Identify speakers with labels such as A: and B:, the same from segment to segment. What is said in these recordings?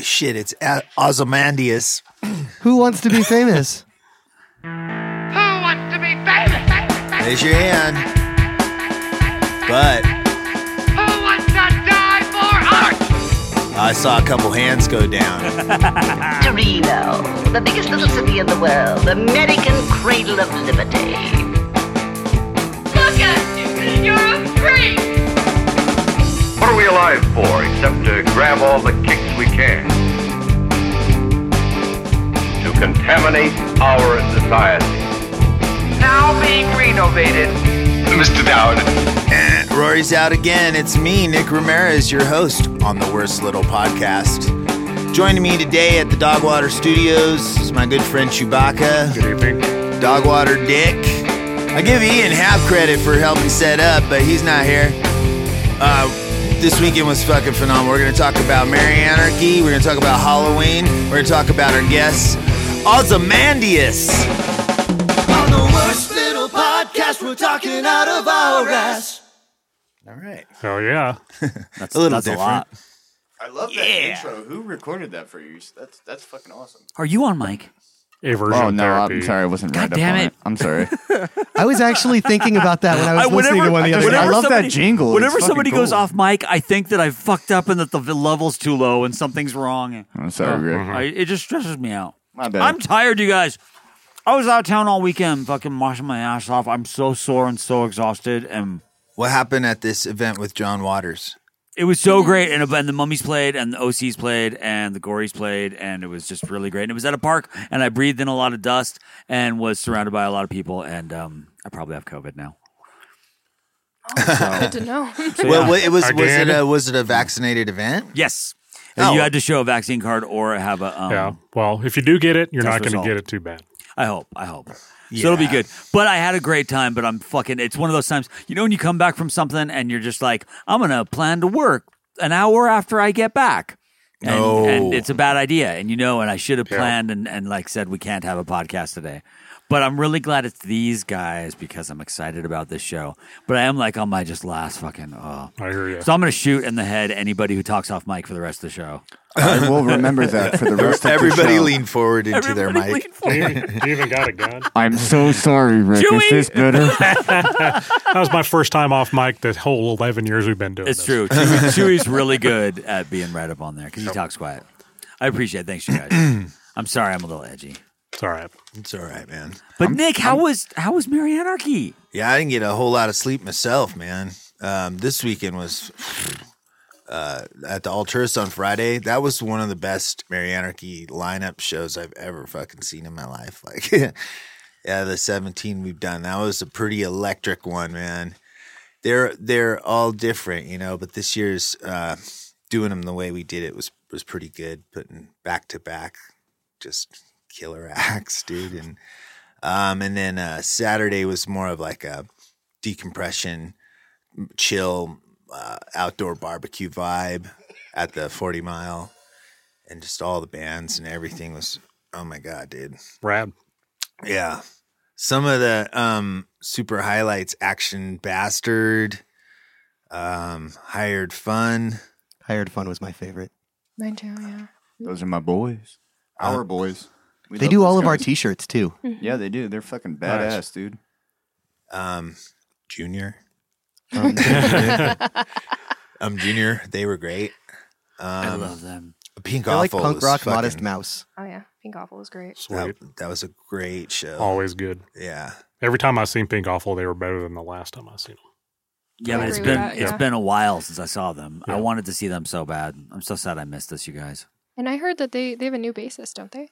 A: shit, it's A- Ozymandias.
B: Who wants to be famous?
C: Who wants to be famous?
A: Raise your hand. But
C: Who wants to die for art?
A: I saw a couple hands go down.
D: Torino, the biggest little city in the world, American cradle of liberty.
C: Look at you. You're a freak.
E: What are we alive for except to grab all the kicks we can? To contaminate our society. Now being renovated. Mr. Dowd.
A: Rory's out again. It's me, Nick Ramirez, your host on the Worst Little Podcast. Joining me today at the Dogwater Studios is my good friend Chewbacca. Good evening. Dogwater Dick. I give Ian half credit for helping set up, but he's not here. Uh, this weekend was fucking phenomenal. We're going to talk about Merry Anarchy. We're going to talk about Halloween. We're going to talk about our guests, Ozymandias.
F: On the worst little podcast, we're talking out of our ass.
A: All right.
G: Hell Oh, yeah.
H: That's
A: A little
H: that's
A: different.
H: a lot.
I: I love that
A: Yeah.
I: intro. Who recorded that for you? That's that's fucking awesome.
H: Are you on mic?
G: Aversion
I: Oh no,
G: therapy.
I: I'm sorry. I wasn't right
H: God damn
I: up on
H: it.
I: it. I'm sorry.
B: I was actually thinking about that when I was
H: I-
B: listening to one the other
I: whenever-
B: night.
I: I love that jingle.
H: Whenever
I: It's
H: somebody
I: fucking
H: goes
I: cool.
H: off mic, I think that I've fucked up and that the v- level's too low and something's wrong.
I: I'm sorry, Rick.
H: I, it just stresses me out.
I: My bad.
H: I'm tired, you guys. I was out of town all weekend, fucking washing my ass off. I'm so sore and so exhausted, and
A: What happened at this event with John Waters?
H: it was so great. And, and the mummies played, and the OCs played, and the gories played, and it was just really great. And it was at a park, and I breathed in a lot of dust, and was surrounded by a lot of people, and um, I probably have COVID now.
J: Good to know.
H: So, yeah.
A: Well, it was
G: I
A: was it
G: did.
A: a was it a vaccinated event?
H: Yes.
A: Oh.
H: You had to show a vaccine card or have a. Um,
G: Yeah. Well, if you do get it, you're
H: Test
G: not going
H: result.
G: to get it too bad.
H: I hope. I hope. So it'll be
A: Yeah.
H: good. But I had a great time, but I'm fucking. It's one of those times, you know, when you come back from something and you're just like, I'm going to plan to work an hour after I get back. And,
A: No.
H: and it's a bad idea. And you know, and I should have
G: Yeah.
H: planned and, and like said, we can't have a podcast today. But I'm really glad it's these guys because I'm excited about this show. But I am like on my just last fucking. Oh.
G: I hear you.
H: So I'm going to shoot in the head anybody who talks off mic for the rest of the show.
I: I will remember that for the rest of the
A: Everybody
I: show.
A: leaned forward into their
H: Everybody
A: mic.
H: lean forward.
G: you, you even got a gun.
I: I'm so sorry, Rick.
H: Chewy!
I: Is this better?
G: That was my first time off mic. The whole 11 years we've been doing.
H: It's
G: this.
H: true. Chewy, Chewy's really good at being right up on there because he talks quiet. I appreciate it. Thanks, you guys. I'm sorry I'm a little edgy.
G: It's all right.
A: It's all right, man.
H: But Nick, how was how was Mary Anarchy?
A: Yeah, I didn't get a whole lot of sleep myself, man. Um, this weekend was uh, at the Alturas on Friday. That was one of the best Mary Anarchy lineup shows I've ever fucking seen in my life. Like, yeah, the seventeen we've done. That was a pretty electric one, man. They're they're all different, you know. But this year's uh, doing them the way we did it was was pretty good. Putting back to back, just killer acts, dude, and. Um, and then uh, Saturday was more of like a decompression, m- chill, uh, outdoor barbecue vibe at the 40 mile. And just all the bands and everything was, oh my God, dude.
G: Rad.
A: Yeah. Some of the um, super highlights Action Bastard, um, Hired Fun.
B: Hired Fun was my favorite.
J: Mine too, yeah.
I: Those are my boys. Our boys. We
B: Uh, They
I: love
B: do
I: those
B: all of our
I: guys.
B: T-shirts too. Um,
I: Yeah, they do. They're fucking badass,
G: Nice.
I: dude.
A: um, Junior.
I: Um,
A: Um, Junior, they were great.
H: I
A: Um,
H: love them.
A: Pink
B: They're like
A: Awful.
B: punk
A: was
B: rock,
A: fucking-
B: modest mouse.
J: Oh yeah. Pink Awful was great.
G: Sweet.
A: that, that was a great show.
G: Always good.
B: Oh.
A: Yeah.
G: Every time I seen Pink Awful, they were better than the last time I seen them.
H: Yeah, but it's
J: agree with
H: been
J: that,
H: it's
J: yeah.
H: been a while since I saw them. I
G: Yeah.
H: wanted to see them so bad. I'm so sad I missed this, you guys.
J: And I heard that they, they have a new bassist, don't they?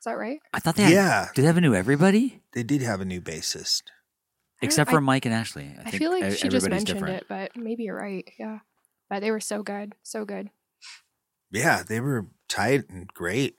J: Is that right?
H: I thought they had,
A: Yeah.
H: Did they have a new everybody
A: They did have a new bassist.
J: I don't-
H: except
J: I-
H: for Mike and Ashley?
J: I, feel like
H: e-
J: she just
H: everybody's
J: mentioned
H: different.
J: it, but maybe you're right. Yeah. But they were so good. So good.
A: Yeah, they were tight and great.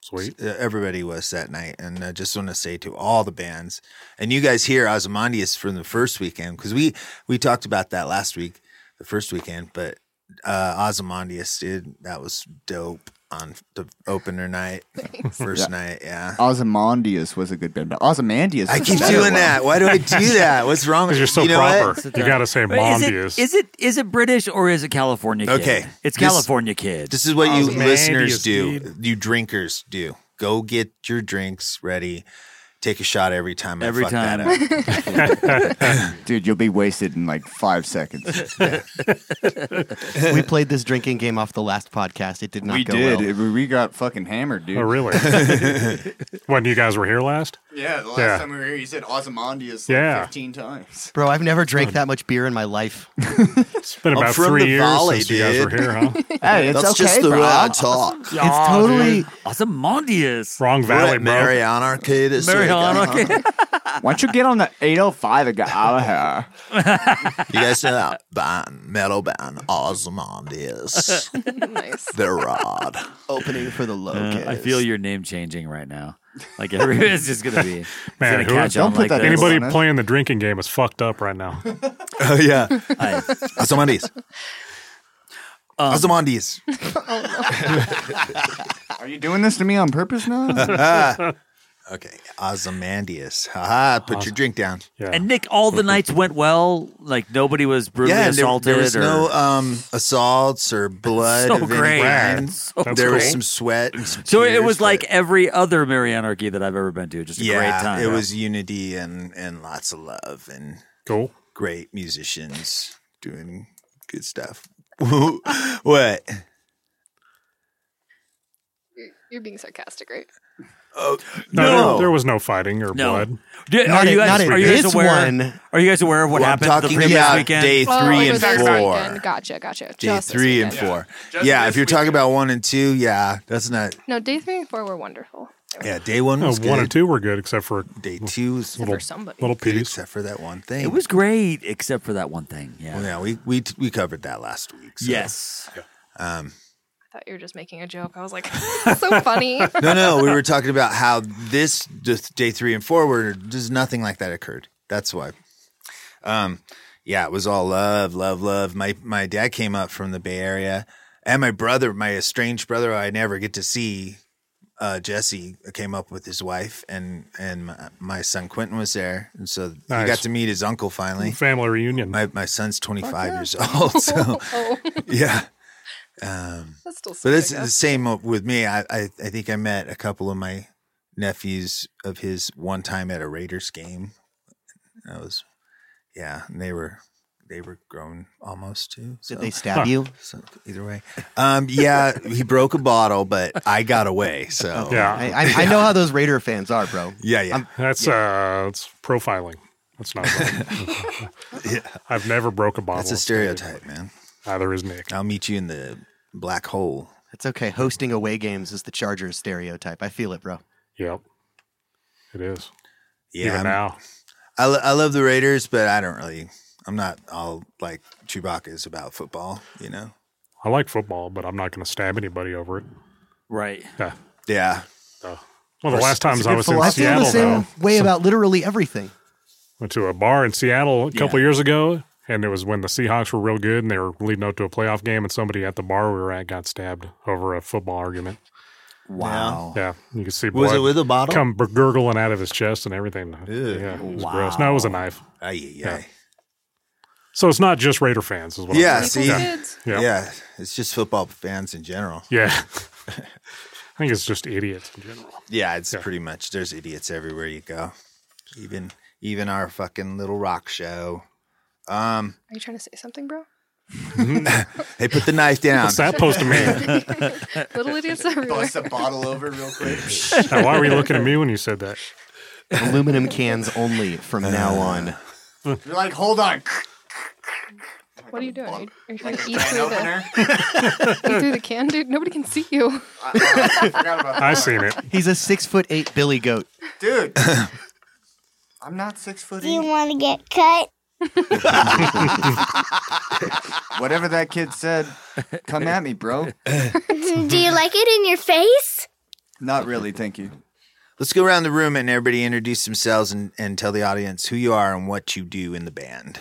G: Sweet.
A: Uh, Everybody was that night, and I just want to say to all the bands, and you guys here, Ozymandias from the first weekend, because we we talked about that last week, the first weekend, but uh Ozymandias, dude, that was dope. on the opener night, first night. Yeah.
I: Ozymandias was a good band. But Ozymandias.
A: I
I: was
A: keep
I: better
A: doing
I: one.
A: that. Why do I do that? What's wrong with
G: Because you're so
A: you know
G: proper.
A: What?
G: You got to say
H: But is it-
G: Mondius.
H: Is it is it British or is it California? Kid?
A: Okay.
H: it's
A: This-
H: California kid.
A: This is what you
G: Ozymandias,
A: listeners do.
G: dude.
A: You drinkers do. Go get your drinks ready. Take a shot every time.
H: Every
A: I fuck
H: time.
A: That up.
I: Dude, you'll be wasted in like five seconds.
B: we played this drinking game off the last podcast. It did not
I: we
B: go
I: did.
B: well.
I: It- we got fucking hammered, dude.
G: oh, really? when you guys were here last?
I: Yeah, the last
G: Yeah.
I: time we were here, you said Ozymandias
G: like, Yeah.
I: 15 times.
B: Bro, I've never drank that much beer in my life.
G: It's been
A: I'm
G: about
A: from
G: three
A: the
G: years
A: Valley,
G: since you guys were
A: dude.
G: here, huh?
I: Hey, it's
A: That's
I: okay,
A: just the
I: bro.
A: way I talk.
B: it's totally.
H: Ozymandias.
G: Wrong
A: We're
G: Valley,
A: at
G: bro.
A: Mariana Kid. this week,
H: Mariana
A: uh-huh.
H: Kid.
I: Why don't you get on the 805 and get out of here?
A: You guys know that band, metal band Ozymandias.
J: nice.
A: They're rod.
B: Opening for the low
H: Uh, I feel your name changing right now. Like every it's just gonna be it's
G: Man,
H: gonna
G: who-
H: catch
I: don't
H: on
I: put
H: like
I: that in
H: this.
G: Anybody
I: Honest.
G: playing the drinking game is fucked up right now.
A: Oh yeah,
H: Hi.
A: Ozymandias. Um, Ozymandias.
I: Are you doing this to me on purpose now?
A: Okay, Ozymandias. Haha, put your drink down.
G: Yeah.
H: And Nick, all the nights went well. Like nobody was brutally
A: Yeah, and there,
H: assaulted.
A: there was
H: or,
I: uh,
A: no um, assaults or blood.
H: So
A: of any
H: great.
A: kind.
H: That's so
A: there was
H: cool.
A: some sweat. And some
H: so it
A: tears,
H: was like
A: but
H: every other Marianarchy that I've ever been to. Just a
A: yeah,
H: great time.
A: it was unity and and lots of love and
G: cool.
A: great musicians doing good stuff. what?
J: You're, you're being sarcastic, right?
A: Oh
G: No,
A: no,
G: There, there was no fighting or
H: No.
G: blood.
H: Do-
B: Not
H: are you
B: at- not
H: guys,
B: at
H: are you guys
B: this
H: aware?
B: one.
H: Are you guys aware of what
A: Well, I'm
H: happened
A: talking
H: the previous
A: about
H: weekend?
A: day
J: Oh,
A: three
J: over
A: and
J: this
A: four.
J: weekend. Gotcha, gotcha.
A: Day
J: Just this
A: three and
J: weekend.
A: four. Yeah, if you're talking about one and two, yeah, that's not.
J: No, day three and four were wonderful. They were
A: Yeah, day one
G: No,
A: was
G: Uh, one
A: good.
G: and two were good, except for
A: Day two was
J: for somebody.
G: little
A: good,
G: piece.
A: except for that one thing.
H: It was great, except for that one thing. Yeah.
A: Well, yeah, we we we covered that last week. so-
H: Yes. Um,
J: I thought you were just making a joke. I was like, so funny.
A: No, no, we were talking about how this this day three and four were just nothing like that occurred. That's why. Um, yeah, it was all love, love, love. My my dad came up from the Bay Area, and my brother, my estranged brother, I never get to see. Uh, Jesse came up with his wife, and and my, my son Quentin was there, and so he
G: Nice.
A: got to meet his uncle finally.
G: family reunion.
A: My my son's twenty five years old, so yeah.
J: Oh.
A: Um,
J: That's still
A: But
J: sick, I
A: it's the
J: guess.
A: same with me. I, I I think I met a couple of my nephews of his one time at a Raiders game. That was, yeah, and they were they were grown almost too. So,
B: Did they stab you?
A: so either way, um, yeah, he broke a bottle, but I got away. So
G: yeah,
B: I, I, I know how those Raider fans are, bro.
A: yeah, yeah.
G: that's uh, that's profiling. That's not. right. I've never broke a bottle.
A: That's a
G: of
A: stereotype, man.
G: Stevie. Neither is Nick.
A: I'll meet you in the black hole.
B: It's okay. Hosting away games is the Chargers stereotype. I feel it, bro.
G: Yep. It is.
A: Yeah,
G: Even
A: I'm-
G: now.
A: I, lo- I love the Raiders, but I don't really. I'm not all like Chewbacca is about football, you know.
G: I like football, but I'm not going to stab anybody over it.
H: Right.
G: Yeah.
A: Yeah,
G: Well, the last times I was in
B: I feel the
G: Seattle,
B: same
G: though,
B: way about literally everything.
G: went to a bar in Seattle a couple
H: Yeah.
G: years ago, and it was when the Seahawks were real good and they were leading up to a playoff game, and somebody at the bar we were at got stabbed over a football argument.
H: Wow.
G: Yeah, you could see blood
A: Was it with a bottle?
G: come bur- gurgling out of his chest and everything.
A: Ew.
G: Yeah, it was
H: Wow.
G: gross. No, it was a knife.
A: Ay, yeah.
G: So it's not just Raider fans, is what. I'm
A: Yeah,
G: saying.
A: see,
J: Cool
A: yeah.
J: kids.
G: yeah,
A: it's just football fans in general.
G: Yeah. I think it's just idiots in general.
A: Yeah, it's pretty much there's idiots everywhere you go, even even our fucking little rock show. Um,
J: Are you trying to say something, bro?
A: they put the knife down.
G: What's that supposed to mean?
J: Little idiots everywhere.
I: a bottle over real quick.
G: Now, why were you looking at me when you said that?
B: Aluminum cans only from now
G: Uh.
B: on.
I: You're like, hold on.
J: What are you doing? Are you, are you trying to eat through, the, eat through the can, dude? Nobody can see you.
I: I forgot about
G: I seen it.
B: He's a six foot eight Billy goat.
I: Dude. I'm not six foot
K: You want to get cut?
I: Whatever that kid said, come at me, bro.
K: Do you like it in your face?
I: Not really, thank you.
A: Let's go around the room and everybody introduce themselves and, and tell the audience who you are and what you do in the band.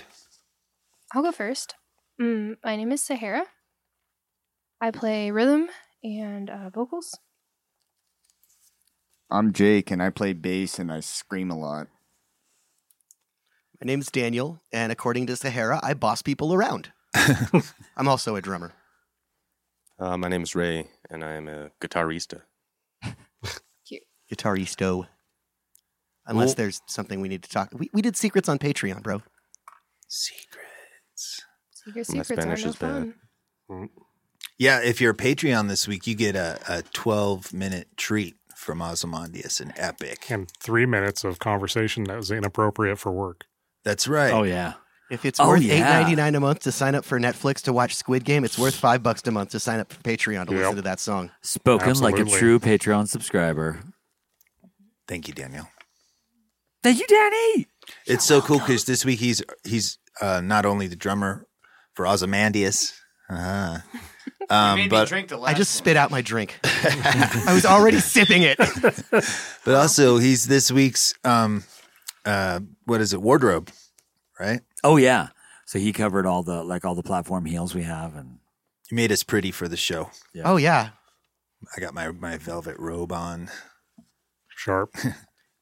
J: I'll go first. Mm, my name is Sahara. I play rhythm and uh, vocals.
I: I'm Jake, and I play bass, and I scream a lot.
B: My name's Daniel, and according to Sahara, I boss people around. I'm also a drummer.
L: Uh, my name is Ray, and I am a guitarista.
B: Guitaristo. Unless
L: Well-
B: there's something we need to talk. We, we did secrets on Patreon, bro.
A: Secrets.
J: Your secrets are no fun.
A: Yeah, if you're a Patreon this week, you get a, a 12 minute treat from Ozymandias and Epic.
G: And three minutes of conversation that was inappropriate for work.
A: That's right.
H: Oh, yeah.
B: If it's
G: Oh,
B: worth
G: yeah.
B: eight ninety nine a month to sign up for Netflix to watch Squid Game, it's worth five bucks a month to sign up for Patreon to
H: Yep.
B: listen to that song.
H: Spoken like a true Patreon subscriber.
A: Thank you, Daniel.
H: Thank you, Danny.
A: It's so cool because this week he's he's uh, not only the drummer for Ozymandias, uh-huh. um, but
B: I just spit out my drink. I was already sipping it.
A: but also he's this week's um, uh, what is it wardrobe, right?
H: Oh yeah. So he covered all the like all the platform heels we have, and
A: you made us pretty for the show.
B: Oh yeah,
A: I got my my velvet robe on.
G: Sharp.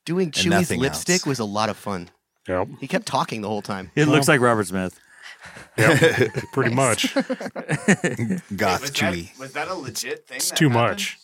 B: doing
A: And
B: Chewie's
A: nothing
B: lipstick
A: else.
B: was a lot of fun.
G: Yep.
B: He kept talking the whole time.
H: it looks like Robert Smith.
G: Yep. Pretty
B: Nice.
G: much.
A: Goth
H: Wait, was that-
A: Chewy.
I: Was that a legit thing?
G: It's too much.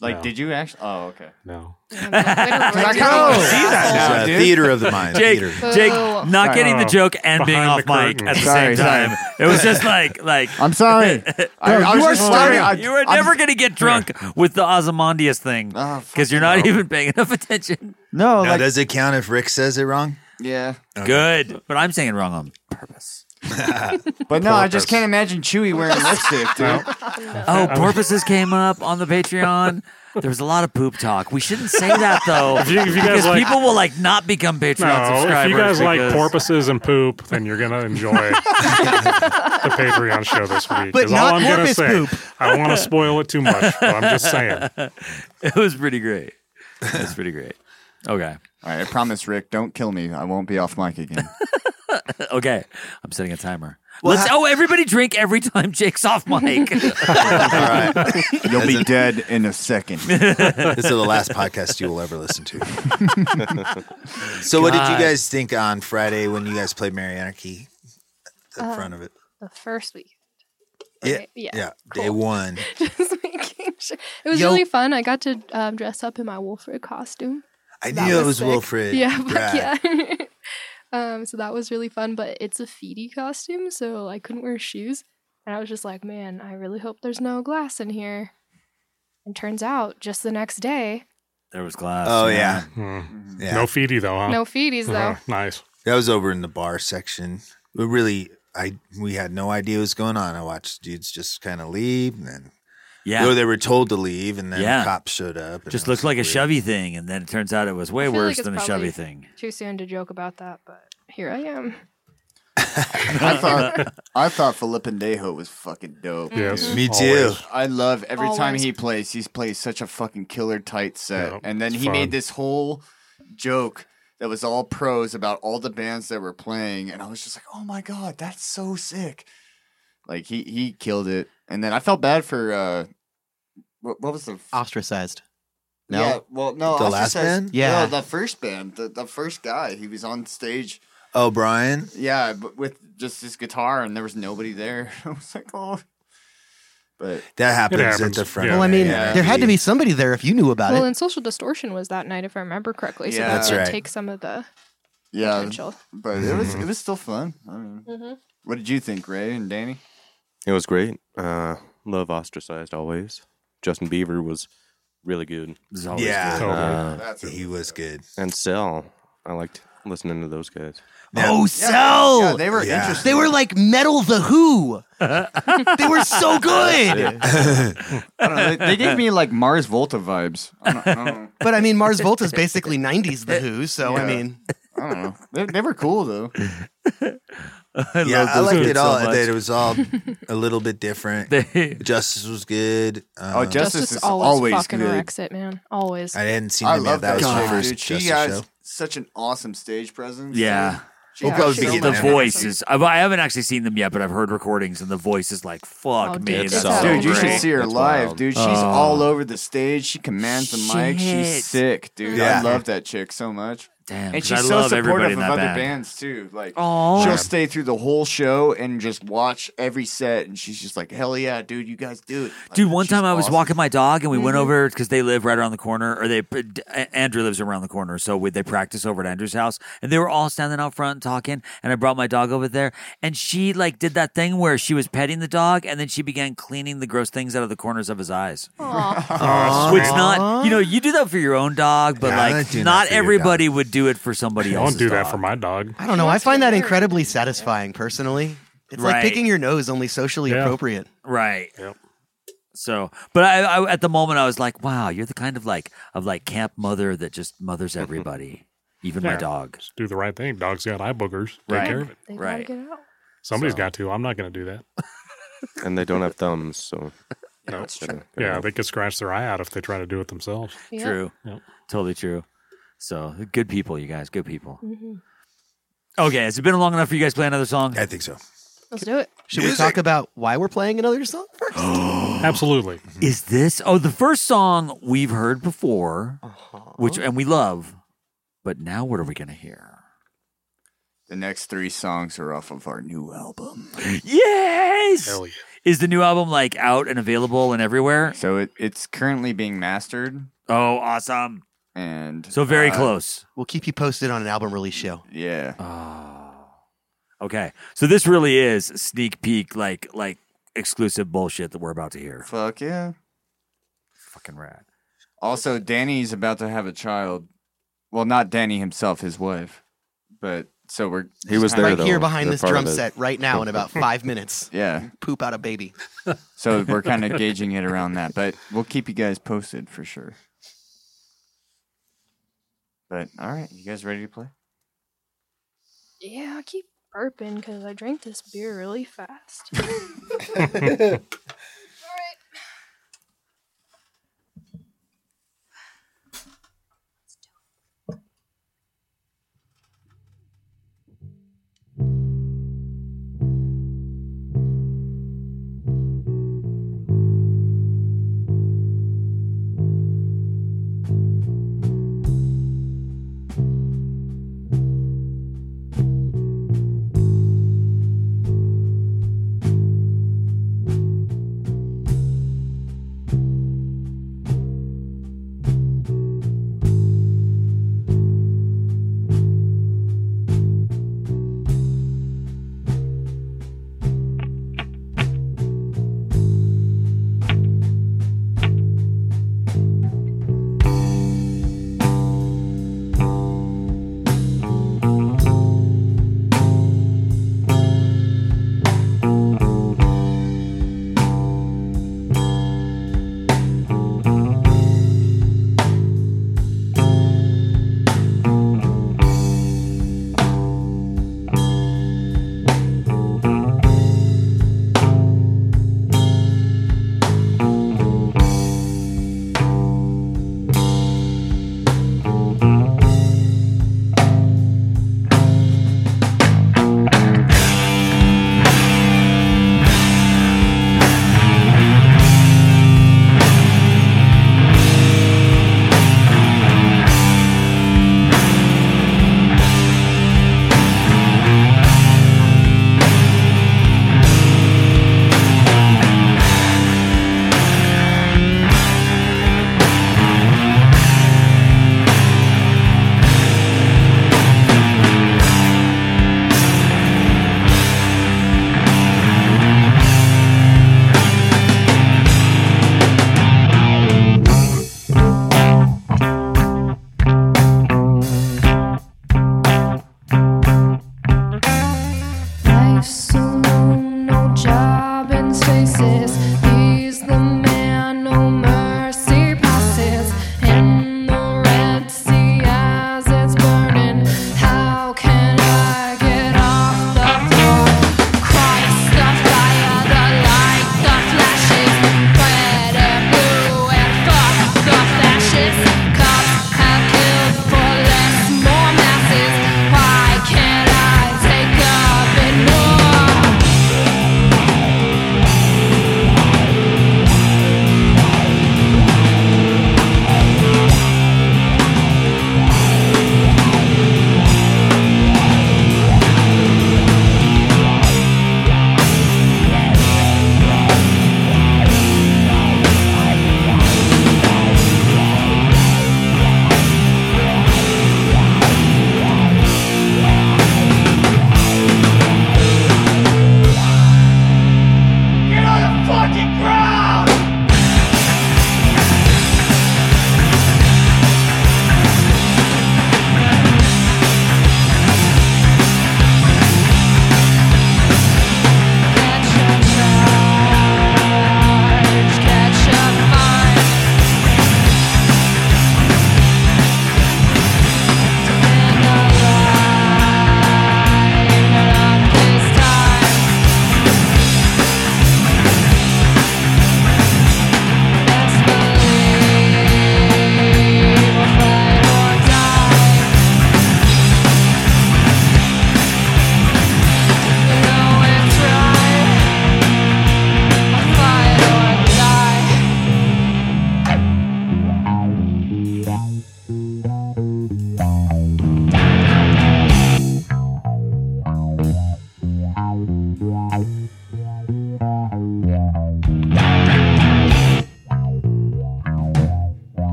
I: Like,
G: No.
I: did you actually? Oh, okay.
G: No.
I: I kind of see that now,
A: It's a
I: dude.
A: theater of the mind.
H: Jake,
A: theater.
H: Jake,
I: Oh.
H: not getting the
I: Oh,
H: joke and being off
I: behind the
H: mic
I: curtain.
H: at the
I: Sorry,
H: same
I: sorry.
H: time. It was just like like
I: I'm sorry. I- I was just wondering- I-
H: you were
I: I'm-
H: never going to get drunk with the Ozymandias thing
I: Oh,
H: because you're not
A: no.
H: even paying enough attention.
A: No,
H: Oh, like-
A: does it count if Rick says it wrong?
I: Yeah.
H: Good, but I'm saying it wrong on purpose.
I: But no, I just can't imagine Chewy wearing lipstick, dude.
H: Oh, porpoises came up on the Patreon. There was a lot of poop talk. We shouldn't say that though,
G: If you- if you guys
H: because
G: like-
H: people will like not become Patreon
G: No,
H: subscribers.
G: if you guys like
H: because-
G: porpoises and poop, then you're gonna enjoy the Patreon show this week.
H: But
G: is all
H: not
G: I'm gonna
H: porpoise
G: say.
H: poop.
G: I don't want to spoil it too much, but I'm just saying.
H: it was pretty great. That's pretty great. Okay.
I: All right, I promise, Rick. Don't kill me. I won't be off mic again.
H: Okay, I'm setting a timer.
I: Well,
H: Let's.
I: how-
H: oh, everybody drink every time Jake's off mic.
I: You'll be dead in a second.
A: this is the last podcast you will ever listen to. So, what did you
H: God.
A: guys think on Friday when you guys played Mary Anarchy? The
J: Uh,
A: front of it.
J: The first week.
A: Yeah.
J: yeah,
A: Yeah. Day one.
J: Just making sure. It was
A: Yo.
J: really fun. I got to um, dress up in my Wilfred costume.
A: I
J: That
A: knew it was
J: sick.
A: Wilfred.
J: Yeah,
A: Brad.
J: fuck yeah. um, so that was really fun, but it's a feety costume, so I couldn't wear shoes. And I was just like, man, I really hope there's no glass in here. And turns out, just the next day,
H: there was glass.
A: Oh, yeah.
I: Mm-hmm.
A: Yeah.
G: No feedy though,
H: Oh.
G: huh?
J: no feeties though.
G: nice.
A: That was over in the bar section. We really, I we had no idea what was going on. I watched dudes just kind of leave, and then
H: Yeah.
A: or they were told to leave, and then
H: Yeah.
A: cops showed up. and
H: Just
A: it was
H: looked like a
A: weird.
H: Chevy thing, and then it turns out it was way
J: I feel like
H: worse
J: it's
H: than a
J: probably
H: Chevy thing.
J: Too soon to joke about that, but here I am.
I: I thought I thought Filippendejo was fucking dope.
A: Yes,
I: dude.
A: Me too.
I: I love every time
J: Always.
I: he plays. He plays such a fucking killer tight set,
A: Yep,
I: and then
A: it's
I: he
A: fun.
I: made this whole joke that was all prose about all the bands that were playing, and I was just like, oh my god, that's so sick. Like he he killed it, and then I felt bad for uh, what, what was the
B: Ostracized. No.
I: yeah, well, no,
B: The
I: I
B: last
I: just says-
B: band? Yeah.
I: no, the first band, the, the first guy. He was on stage.
A: Oh, Brian.
I: Yeah, but with just his guitar, and there was nobody there. I was like, oh. But
A: That happens,
I: It
A: at
I: happens.
A: the front.
B: Well, I
A: of
B: mean,
A: Mary
B: there had to
A: Anarchy.
B: be somebody there if you knew about
J: well,
B: it.
J: and social distortion was that night, if I remember correctly. So
I: Yeah.
J: that
I: That's
J: did
I: right.
J: take some of the
I: yeah,
J: potential.
I: but it was it was still fun. I mean, what did you think, Ray and Danny?
L: It was great. Uh, love ostracized always. Justin Bieber was really good.
A: always Yeah. good. Totally.
L: Uh,
A: That's He was good.
L: And Cell, I liked listening to those guys.
B: Oh, Cell!
I: yeah, they were Yeah.
B: They were like metal the Who. they were so good.
I: I don't know, they, they gave me like Mars Volta vibes. I don't, I don't know.
B: But I mean, Mars Volta is basically '90s the Who, so I
I: Yeah.
B: mean,
I: I don't know. They, they were cool though.
H: I
A: yeah,
H: love
A: I
H: those
A: liked
H: kids
A: it
H: so
A: all.
H: much.
A: that it was all a little bit different. Justice was good. Uh,
I: Oh, Justice Justice is
J: Always, fucking wrecks it, man. Always.
A: I hadn't seen
I: I
A: him yet.
I: love
A: That was my
I: chick,
A: first
I: dude. She
A: Justice
I: has
A: show.
I: such an awesome stage presence.
H: Yeah.
I: dude.
A: We'll probably be
H: the
A: getting them.
H: voices. I, I haven't actually seen them yet, but I've heard recordings, and the voice is like, "Fuck me,
I: dude,
H: that's so
I: dude, you should
H: great.
I: see her
H: That's
I: live,
H: wild.
I: dude. She's
H: Oh.
I: all over the stage. She commands the mic.
H: Shit.
I: She's sick, dude.
H: Yeah.
I: I love that chick so much.
H: Damn,
I: and
H: 'cause I
I: she's so
H: love everybody
I: supportive of
H: in that
I: other
H: band.
I: bands too. Like,
H: Aw.
I: she'll
H: Yeah.
I: stay through the whole show and just watch every set, and she's just like, "Hell yeah, dude! You guys do it."
H: Dude, one time I was
I: awesome.
H: walking my dog and we went
G: Mm-hmm.
I: Mhm.
H: over because they live right around the corner, or they uh, A- Andrew lives around the corner, so we, they practice over at Andrew's house, and they were all standing out front talking, and I brought my dog over there, and she like did that thing where she was petting the dog, and then she began cleaning the gross things out of the corners of his eyes, which not you know you do that for your own dog, but
G: Yeah, I
H: like
G: do that
H: not
G: for your
H: everybody would do it for somebody
G: I
H: else.
G: won't do that for my dog.
B: I don't know. I find that incredibly satisfying personally. It's
H: Right.
B: like picking your nose, only socially appropriate.
H: Right. Yep. So, but I, I at the moment I was like, wow, you're the kind of like of like camp mother that just mothers everybody, even my
G: Yeah.
H: dog.
G: Just do the right thing. Dog's got eye boogers. Take
H: Right.
G: care of it.
J: They gotta
H: Right.
J: get out.
G: Somebody's
L: So-
G: got to. I'm not going to do that.
L: and they don't have thumbs, so
G: No.
L: that's true.
G: Yeah, they could scratch their eye out if they try to do it themselves.
J: Yeah.
H: True.
G: Yep.
H: Totally true. So, good people, you guys. Good people.
J: Mhm.
H: Okay, has it been long enough for you guys to play another song?
A: I think so.
J: Let's do it.
B: Should we talk about why we're playing another song?
G: Absolutely.
H: Is this? Oh, the first song we've heard before,
L: Uh-huh.
H: which and we love, but now what are we going to hear?
I: The next three songs are off of our new album.
H: Yes.
G: Hell yeah.
H: Is the new album like out and available and everywhere?
I: So it, it's currently being mastered,
H: Oh, awesome.
I: and
H: So very
I: uh,
H: close.
B: We'll keep you posted on an album release show.
I: Yeah,
H: Oh, Okay. So this really is sneak peek like like exclusive bullshit that we're about to hear.
I: fuck yeah.
H: Fucking rad.
I: Also, Danny's about to have a child. Well, not Danny himself, his wife, but so we're
L: He was there
B: right
L: though.
B: here behind
L: They're
B: this
L: part
B: drum
L: of it.
B: set right now in about five minutes.
I: Yeah,
B: Poop out a baby.
I: so we're kind of gauging it around that, but we'll keep you guys posted for sure. But all right, you guys ready to play?
J: Yeah, I keep burping because I drank this beer really fast.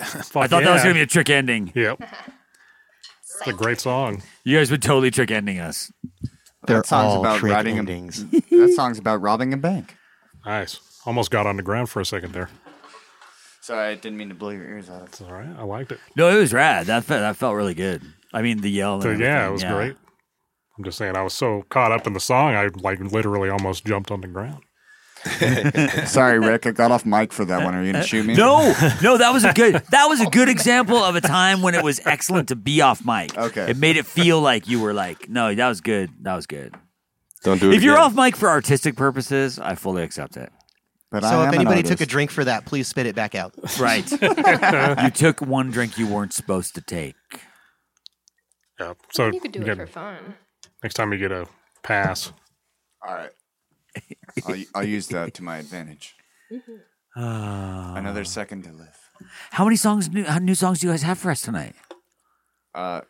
G: Fuck
H: I thought that was
G: yeah.
H: gonna be a trick ending.
G: Yep. It's a great song.
H: You guys would totally trick ending us.
G: They're
I: that song's
G: all
I: about
G: trick
I: robbing
G: endings.
I: A, that song's about robbing a bank.
G: Nice. Almost got on the ground for a second there.
I: Sorry, I didn't mean to blow your ears out. It's
G: all right. I liked it.
H: No, it was rad. That felt, that felt really good. I mean, the yell. And
G: So, yeah,
H: everything,
G: it was great. I'm just saying, I was so caught up in the song, I like literally almost jumped on the ground.
I: Sorry, Rick. I got off mic for that one. Are you gonna shoot me?
H: Uh, No, no, that was a good that was a good example of a time when it was excellent to be off mic.
I: Okay.
H: It made it feel like you were like, no, that was good. That was good.
L: Don't
H: if you're off mic for artistic purposes, I fully accept it.
B: so if anybody took a drink for that, please spit it back out.
H: Right. you took one drink you weren't supposed to take.
G: Yeah. So
J: you could do it
G: get-
J: for fun.
G: next time you get a pass.
I: All right. I'll, I'll use that to my advantage.
H: Mm-hmm.
I: Another second to live.
H: How many songs new how new songs do you guys have for us tonight?
I: Uh,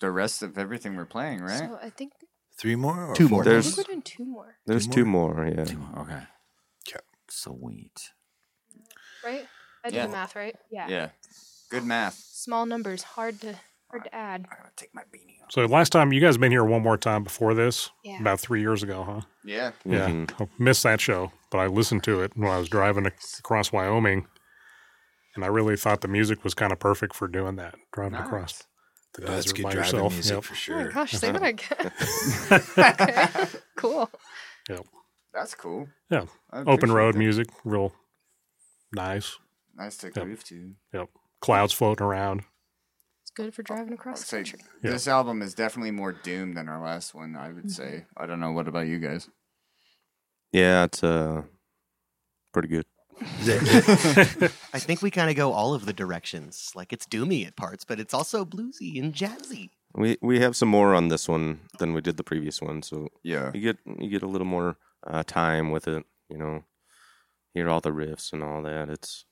I: the rest of everything we're playing, right?
J: So I think
A: Three more?
I: Two more.
J: I
L: There's
J: think we're doing two more,
L: there's two more. Yeah.
H: Okay.
A: Okay.
H: Sweet.
J: right? I did
I: Yeah.
J: the math right. Yeah.
I: Yeah. Good math.
J: Small numbers, hard to hard to add.
G: So last time you guys been here one more time before this,
J: Yeah.
G: about three years ago, huh?
I: Yeah.
G: Yeah,
I: Mm-hmm.
G: I missed that show, but I listened to it when I was driving ac- across Wyoming, and I really thought the music was kind of perfect for doing that, driving across. The
A: Oh, that's
G: desert
A: good
G: by
A: driving
G: yourself.
A: music
G: Yep.
A: for
J: Oh my
A: sure.
J: gosh, say that again. okay. Cool.
G: Yep.
I: That's cool.
G: Yeah,
I: I
G: open
I: appreciate
G: road
I: that.
G: music, real nice.
I: Nice to
G: Yep.
I: groove to.
G: Yep, clouds floating around.
J: It's good for driving across the
I: Say,
J: country.
G: Yeah.
I: This album is definitely more doom than our last one, I would say. I don't know. What about you guys?
L: Yeah, it's uh pretty good.
B: I think we kind of go all of the directions. Like it's doomy at parts, but it's also bluesy and jazzy.
L: We we have some more on this one than we did the previous one, so
I: Yeah.
L: you get you get a little more uh, time with it. You know, hear all the riffs and all that. It's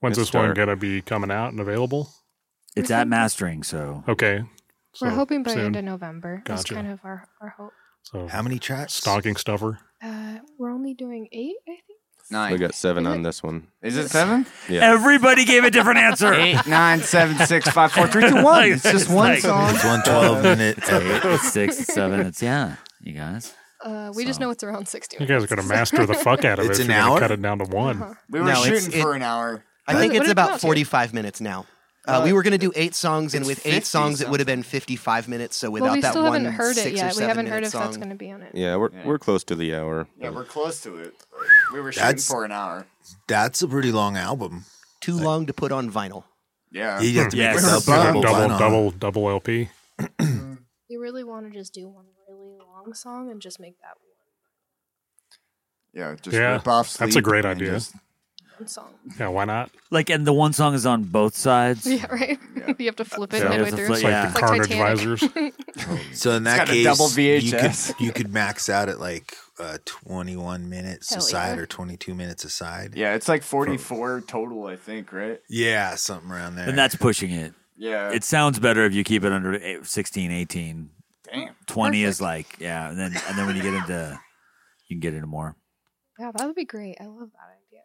G: When's
L: it's
G: this one
L: dark.
G: gonna be coming out and available?
H: It's at mastering, so
G: Okay,
J: we're
G: So,
J: hoping by
G: soon.
J: end of November. That's
G: Gotcha.
J: kind of our, our hope.
G: so
A: How many tracks?
G: stocking stuffer.
J: Uh, we're only doing eight, I think.
L: we
I: Nine.
L: got seven on this one.
I: Is it seven?
L: Yeah,
H: Everybody gave a different answer.
I: Eight, nine, seven, six, five, four, three, two, one. It's just one
H: like-
I: song.
A: It's one 12 minute. Hey,
H: It's six, it's seven, it's yeah. You guys.
J: Uh, we just
H: So-
J: know it's around 60
G: You guys are gonna master the fuck out of
A: It's
G: it. if
A: an
G: you're gonna
A: hour?
G: Cut it down to one.
J: Uh-huh.
I: We were
B: No, it's-
I: shooting
B: it-
I: for an hour.
B: I
J: What
B: think
J: is- what
B: it's
J: is it
B: about
J: about, Jake?
B: 45 minutes now. Uh, we were going to do eight songs, and
I: it's
B: with
I: 50
B: eight songs, it would have been 55 minutes. So without
J: well, we
B: that
J: still
B: one,
J: haven't heard it
B: six or
J: yet. We
B: seven
J: haven't heard
B: minute
J: if
B: song,
J: that's going to be on it.
L: yeah, we're
I: Yeah.
L: we're close to the hour.
I: Yeah, we're close to it. We were shooting
A: That's-
I: for an hour.
A: that's a pretty long album.
B: too long to put on vinyl.
I: Yeah.
A: You have to make
H: Yes.
A: a double,
H: Double-
G: Double,
A: vinyl.
G: double, double, double LP.
J: You really want to just do one really long song and just make that
I: Yeah, just
G: Yeah,
I: rip off
G: that's a
I: Sleep
G: great
I: and
G: idea.
I: just-
J: one song.
G: Yeah, why not?
H: Like and the one song is on both sides.
J: Yeah, right? you have to flip it
G: Yeah.
J: midway
H: You have to
J: through.
H: flip-
G: It's
H: Yeah.
G: like the
J: It's like
G: Carnage
J: Titanic.
G: Visors.
A: So in
I: got
A: that
I: a
A: case,
I: double
A: you
I: VHS.
A: could you could max out at like uh, 21 minutes
J: Hell
A: aside
J: yeah.
A: or 22 minutes aside.
I: Yeah, it's like 44 total, I think, right?
A: Yeah, something around there.
H: And that's pushing it.
I: Yeah.
H: It sounds better if you keep it under eight- 16, 18.
I: Damn.
H: 20 is like, yeah, and then and then when you get into you can get into more.
J: Yeah, that would be great. I love that idea.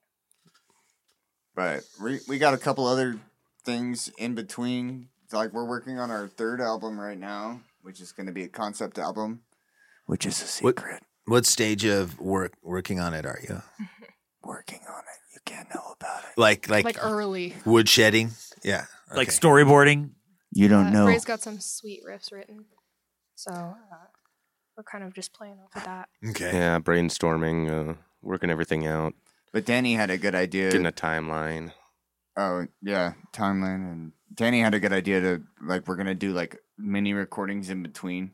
I: But we, we got a couple other things in between. It's Like we're working on our third album right now, which is going to be a concept album, which is a
A: What-
I: secret.
A: what stage of work working on it are you?
I: Working on it, you can't know about it. er
A: Like like,
J: Like early.
A: woodshedding? Yeah.
H: Like
A: okay.
H: storyboarding.
I: You
J: Uh, Ray's got some sweet riffs written. So uh, we're kind of just playing off of that.
A: okay.
L: Yeah, brainstorming, uh, working everything out,
I: But Danny had a good idea.
L: getting a timeline.
I: oh yeah, timeline and Danny had a good idea to like we're gonna do like mini recordings in between,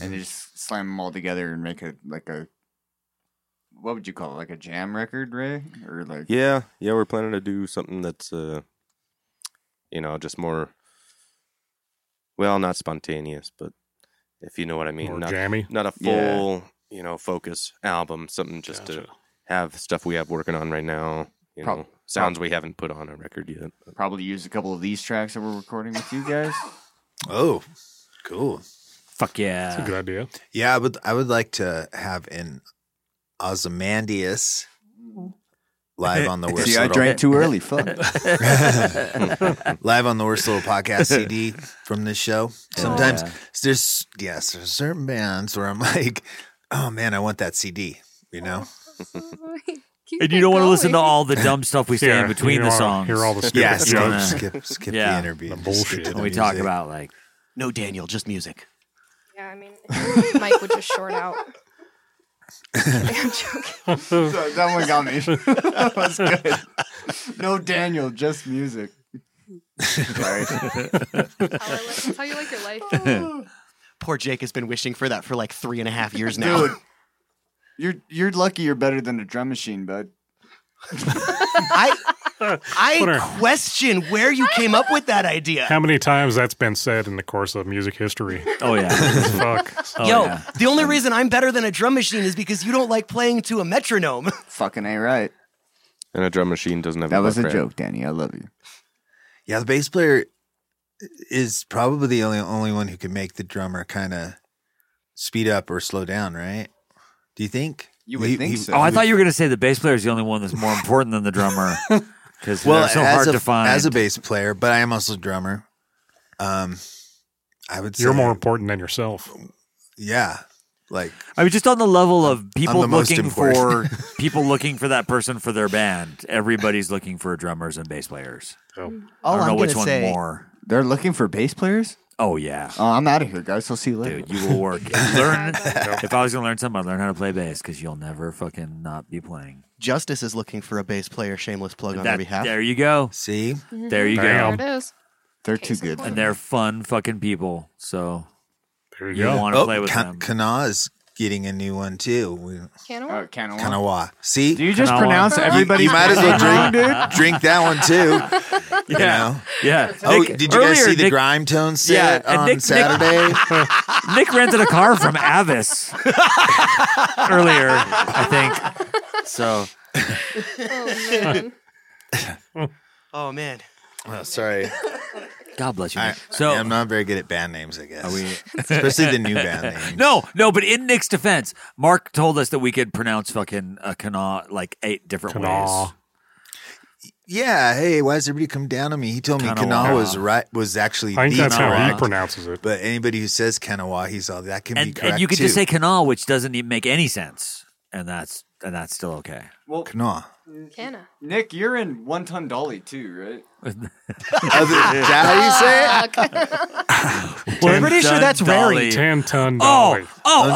I: and
L: Mm-hmm.
I: just slam them all together and make a like a what would you call it like a jam record, Ray, or like
L: Yeah, yeah, we're planning to do something that's uh you know, just more well, not spontaneous, but if you know what I mean,
G: More
L: not
G: jammy.
L: not a
I: Yeah.
L: full, you know, focus album, something just to
G: Gotcha.
L: have stuff we have working on right now, you
I: Prob-
L: know, sounds we haven't put on a record yet.
I: probably use a couple of these tracks that we're recording with you guys.
A: Oh, cool.
H: Fuck
G: That's a
H: yeah.
G: good idea.
A: Yeah, but I would like to have an Ozymandias live on the worst.
I: See, I
A: Little-
I: drank too early. Fuck.
A: live on the worst little podcast CD from this show.
I: Oh,
A: Sometimes
I: yeah.
A: there's yes, there's certain bands where I'm like, oh man, I want that CD. You know,
H: And you don't want to listen to all the dumb stuff we say in between the songs.
A: Yeah, skip,
H: Yeah.
A: skip, skip the interview. Just skip to the
H: we talk
A: music.
H: about like
B: no Daniel, just music.
J: Yeah, I mean, Mike would just short out. I'm joking.
I: So that one got me. that was good. No Daniel, just music. Sorry.
J: That's how you like your life.
B: Poor Jake has been wishing for that for like three and a half years now.
I: Dude, you're you're lucky you're better than a drum machine, bud.
B: I
G: Whatever.
B: I question where you came up with that idea.
G: How many times that's been said in the course of music history?
H: Oh yeah,
G: fuck.
B: Yo, the only reason I'm better than a drum machine is because you don't like playing to a metronome.
I: Fucking ain't right.
L: And a drum machine doesn't have.
I: That
L: a
I: was
L: butt
I: a
L: rack.
I: joke, Danny. I love you.
A: Yeah, the bass player is probably the only only one who can make the drummer kind of speed up or slow down, right? Do you think?
I: You would
A: He-
I: think
A: he-
I: so.
H: Oh, I thought you were going to say the bass player is the only one that's more important than the drummer because well, they're so
A: as
H: hard
A: a,
H: to find.
A: as a bass player, but I am also a drummer. Um, I would.
G: You're
A: say-
G: more important than yourself.
A: Yeah, like
H: I mean, just on the level of people
A: the most
H: looking for
A: important.
H: people looking for that person for their band. Everybody's looking for drummers and bass players.
B: All
H: I don't know
B: I'm
H: which
B: gonna
H: one
B: say-
H: more.
I: They're looking for bass players.
H: Oh yeah,
I: Oh, I'm out of here, guys. I'll see you later.
H: dude, you will work. learn if I was going to learn something, I'd learn how to play bass because you'll never fucking not be playing.
B: Justice is looking for a bass player. Shameless plug on
H: That-
B: their behalf.
H: there you go.
A: See,
B: Mm-hmm.
H: There you
J: There
H: go.
J: it is.
I: They're
J: Case
I: too
J: in
I: good.
J: point.
H: And they're fun fucking people. So
G: There you
H: you
G: go.
H: want to
A: oh,
H: play with
A: Ka-
H: them.
A: Kana is getting a new one too. We,
J: Can I?
I: Oh, Kanawha.
A: Kanawa. See,
I: Do you just
H: Kanawha.
I: pronounce everybody's
A: you might as well
I: name wrong,
A: drink
I: dude?
A: drink that one too.
H: yeah.
A: know?
H: Yeah.
A: Oh,
H: Nick-
A: did you guys
H: earlier,
A: see the
H: Nick-
A: grime tone
H: Yeah,
A: set
H: and
A: on
H: Nick- Nick-
A: Saturday?
H: Nick rented a car from Avis earlier, I think. So
J: Oh, man.
B: oh man,
A: oh, sorry,
H: God bless you.
A: I,
H: Nick. so
A: I'm not very good at band names. I guess,
H: Are we-
A: especially the new band name.
H: no, no, but in Nick's defense, Mark told us that we could pronounce fucking uh, Kana like eight different
G: Kana.
H: ways.
A: Yeah, hey, why does everybody come down on me? He told me
H: Kanawha.
A: Kana was right was actually
G: I think
A: the
G: that's how he
A: correct,
G: pronounces it.
A: But anybody who says Kanawa, he's all that can be
H: And,
A: correct
H: and you could
A: too.
H: just say Kana, which doesn't even make any sense. And that's and that's still okay.
A: Kanawa.
J: Can I?
I: Nick, you're in one ton dolly too, right?
A: Other- Is that how you say it?
B: I'm pretty sure that's
H: Dolly.
B: Rary.
G: Ten ton
H: Oh,
G: dolly.
H: oh, oh,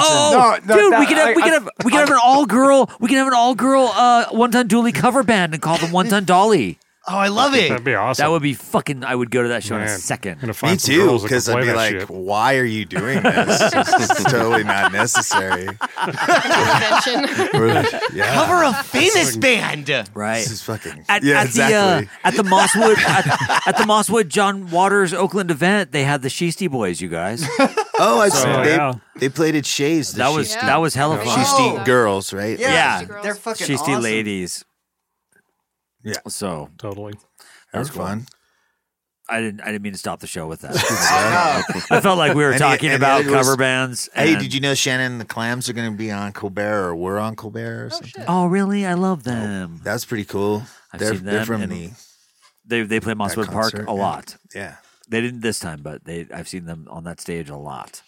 H: oh.
I: No, no,
H: dude!
I: no,
H: we could have,
I: I-
H: we could
I: I-
H: have, we could have an all girl, we can have an all girl, uh, one ton Dooley cover band and call them one ton Dolly.
B: Oh, I love it.
G: That'd be awesome.
H: That would be fucking. I would go to that show in a
G: Man, I'm
H: second.
G: gonna
A: Me
G: find some
A: too,
G: girls that can
A: because I'd
G: play
A: be
G: that
A: like,
G: shit.
A: why are you doing this? This is totally not necessary.
J: Convention.
A: Really, yeah.
B: Cover a famous band.
H: Right.
A: This is fucking.
H: At,
A: yeah,
H: at
A: exactly.
H: the uh, at the Mosswood at, at the Mosswood John Waters Oakland event, they had the Sheesty Boys. You guys,
A: oh, I see.
G: So,
A: they,
G: yeah.
A: they played at Shays.
H: that was
J: Yeah.
H: that was hella
J: Yeah.
H: fun.
A: She's
I: Oh.
A: girls, right?
H: Yeah.
J: Girls.
I: they're fucking
H: Sheesty
I: awesome.
H: ladies.
A: Yeah.
H: So
G: Totally.
A: that was
H: cool.
A: fun.
H: I didn't I didn't mean to stop the show with that.
I: Oh, no.
H: I felt like we were
A: And it-
H: talking
A: and
H: about
A: it was-
H: cover bands.
A: Hey,
H: and-
A: did you know Shannon and the Clams are going to be on Colbert or we're on Colbert or something?
H: Oh, really? I love them.
A: That's pretty cool.
H: I've
A: they're
H: seen
A: they're
H: them
A: from
H: and-
A: the
H: They they play Mosswood Park
A: concert,
H: a
A: yeah.
H: lot.
A: yeah.
H: They didn't this time, but they I've seen them on that stage a lot.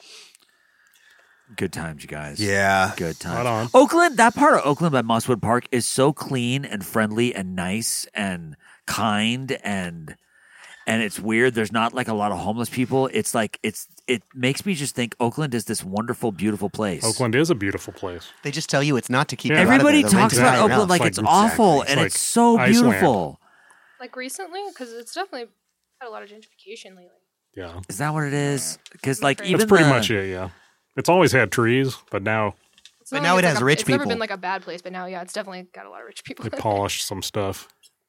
H: Good times, you guys.
A: Yeah.
H: Good times.
G: Right on.
H: Oakland, that part of Oakland by Mosswood Park is so clean and friendly and nice and kind and and it's weird. There's not like a lot of homeless people. It's like it's it makes me just think Oakland is this wonderful, beautiful place.
G: Oakland is a beautiful place.
B: They just tell you it's not to keep.
G: Yeah.
B: you out of there.
H: Everybody
B: The
H: talks
B: rent's
H: about
B: higher
H: Oakland
B: up.
H: like
G: Like,
H: it's awful
G: exactly.
H: and
G: It's
H: it's
G: like
H: so
G: Iceland.
H: beautiful.
J: Like recently? Because it's definitely had a lot of gentrification lately.
G: Yeah.
H: Is that what it is? Because like even
G: That's pretty
H: the-
G: much it, yeah. It's always had trees, but now
J: It's
B: But
J: not
B: now
J: like
B: it
J: it's
B: has
J: like a-
B: rich
J: It's never
B: people.
J: been like a bad place, but now, yeah, it's definitely got a lot of rich people.
G: they polished some stuff.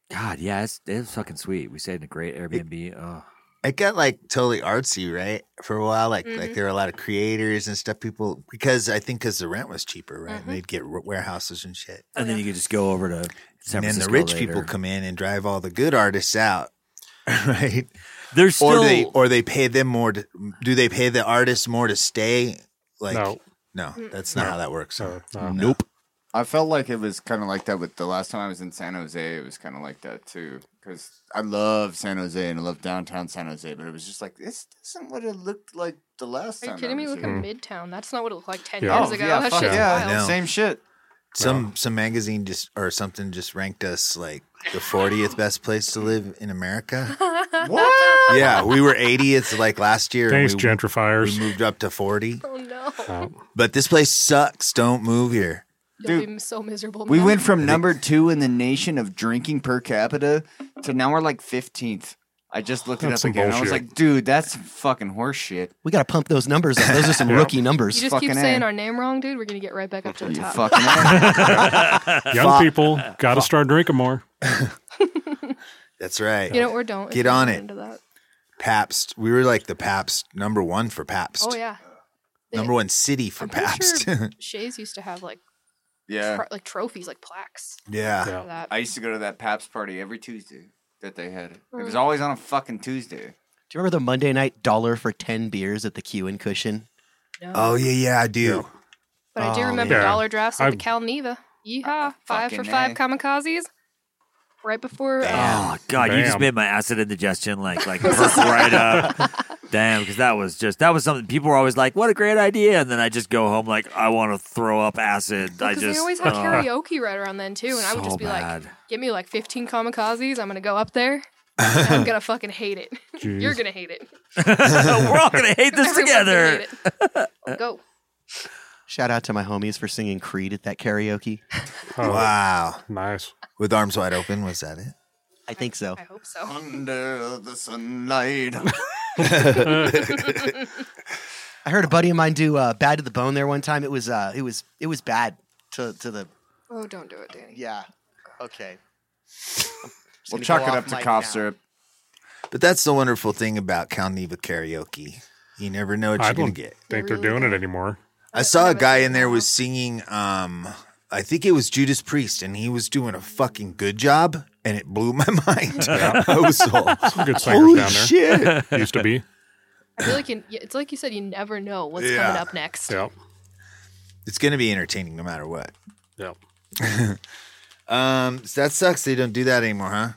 H: God, yeah, it's it's fucking sweet. We stayed in a great Airbnb. Oh.
A: It got like totally artsy, right? For a while, like like
J: Mhm.
A: there were a lot of creators and stuff. People because I think because the rent was cheaper, right? And they'd get wa- warehouses and shit.
H: And then you could just go over to San
A: and then
H: Francisco
A: the rich
H: later.
A: people come in and drive all the good artists out, right?
H: There's still
A: or they or they pay them more. To, do they pay the artists more to stay? Like
G: no.
A: no, that's not how that works.
G: No, no.
A: Nope.
I: I felt like it was kind of like that with the last time I was in San Jose. It was kind of like that too, because I love San Jose and I love downtown San Jose, but it was just like this isn't what it looked like the last
J: Are
I: time.
J: you kidding
I: I
J: me?
I: was
J: Look at
I: here.
J: Midtown. That's not what it looked like ten
I: Yeah.
J: years
I: Oh,
J: ago.
I: yeah,
J: that
I: fuck
J: shit's
I: yeah.
J: wild.
I: No. Same shit.
A: Some some magazine just or something just ranked us like the 40th best place to live in America.
I: What?
A: yeah, we were 80th like last year.
G: Thanks,
A: we,
G: gentrifiers. Uh,
A: We moved up to 40.
J: Oh no.
A: But this place sucks. Don't move here.
J: You'll be so miserable.
I: We
J: man.
I: went from number two in the nation of drinking per capita to now we're like fifteenth. I just looked
B: That's
I: it
B: some
I: up again. I was
B: bullshit.
I: like, dude, that's some fucking horse shit.
B: We got to pump those numbers up. Those are some
I: Yeah.
B: rookie
J: You
B: numbers.
J: just keep saying our name wrong, dude. We're gonna get right back up to the
I: You
J: top.
I: fucking
G: Young
A: Fuck.
G: people got to start drinking more.
A: That's right.
J: You know or don't. if
A: Get
J: you're
A: on
J: not
A: it.
J: into that.
A: Pabst. We were like the Pabst number one for Pabst.
J: Oh yeah.
A: Number one city for Pabst.
J: Sure, Shays used to have like
I: Yeah.
J: tro- like trophies, like plaques.
A: Yeah.
J: for that.
I: I used to go to that Pabst party every Tuesday that they had. It It was
J: Mm.
I: always on a fucking Tuesday.
B: Do you remember the Monday night dollar for 10 beers at the Q and Cushion?
J: No.
A: Oh, yeah, yeah, I do.
J: But I do
B: Oh,
J: remember
B: yeah.
J: dollar drafts at the
B: I've-
J: Cal Neva. Yeehaw! five for
H: fucking
J: five
H: A.
J: kamikazes. Right before. uh,
H: Oh God, you just
G: Damn.
H: made my acid indigestion like like perk right up. Damn, because that was just that was something people were always like, "What a great idea!" And then I just go home like, "I want to throw up acid." I
J: Because
H: just
J: they always had
H: uh,
J: karaoke right around then too, and I would
H: so
J: just be
H: bad.
J: like, "Give me like 15 kamikazes. I'm gonna go up there. and I'm gonna fucking hate it. You're
H: Jeez.
J: gonna hate it.
H: We're all gonna hate this
J: Everyone's gonna
H: together.
J: hate it. Go.
B: Shout out to my homies for singing Creed at that karaoke.
G: Uh-huh.
A: Wow.
G: Nice.
A: With arms wide open, was that it?
B: I think so.
J: I hope so.
I: Under the sunlight.
B: I heard a buddy of mine do uh, "Bad to the Bone" there one time. It was uh, it was it was bad to to the.
J: Oh, don't do it, Danny.
B: Yeah. Okay.
I: we'll
B: gonna
I: chalk
B: go
I: it
B: off
I: up to
B: mic
I: cough
B: now.
I: syrup.
A: But that's the wonderful thing about Calneva karaoke. You never know what
G: I
A: you're going
G: don't
A: to get.
G: think they're doing it anymore.
A: I saw a guy in there was singing um I think it was Judas Priest and he was doing a fucking good job and it blew my mind.
G: Yeah.
A: I was all,
G: Some good singers
A: Holy
G: down there.
A: shit.
G: Used to be.
J: I feel like you, it's like you said. You never know what's
A: Yeah.
J: coming up next.
G: Yep.
A: It's going to be entertaining no matter what.
G: Yep.
A: um so that sucks they don't do that anymore, huh?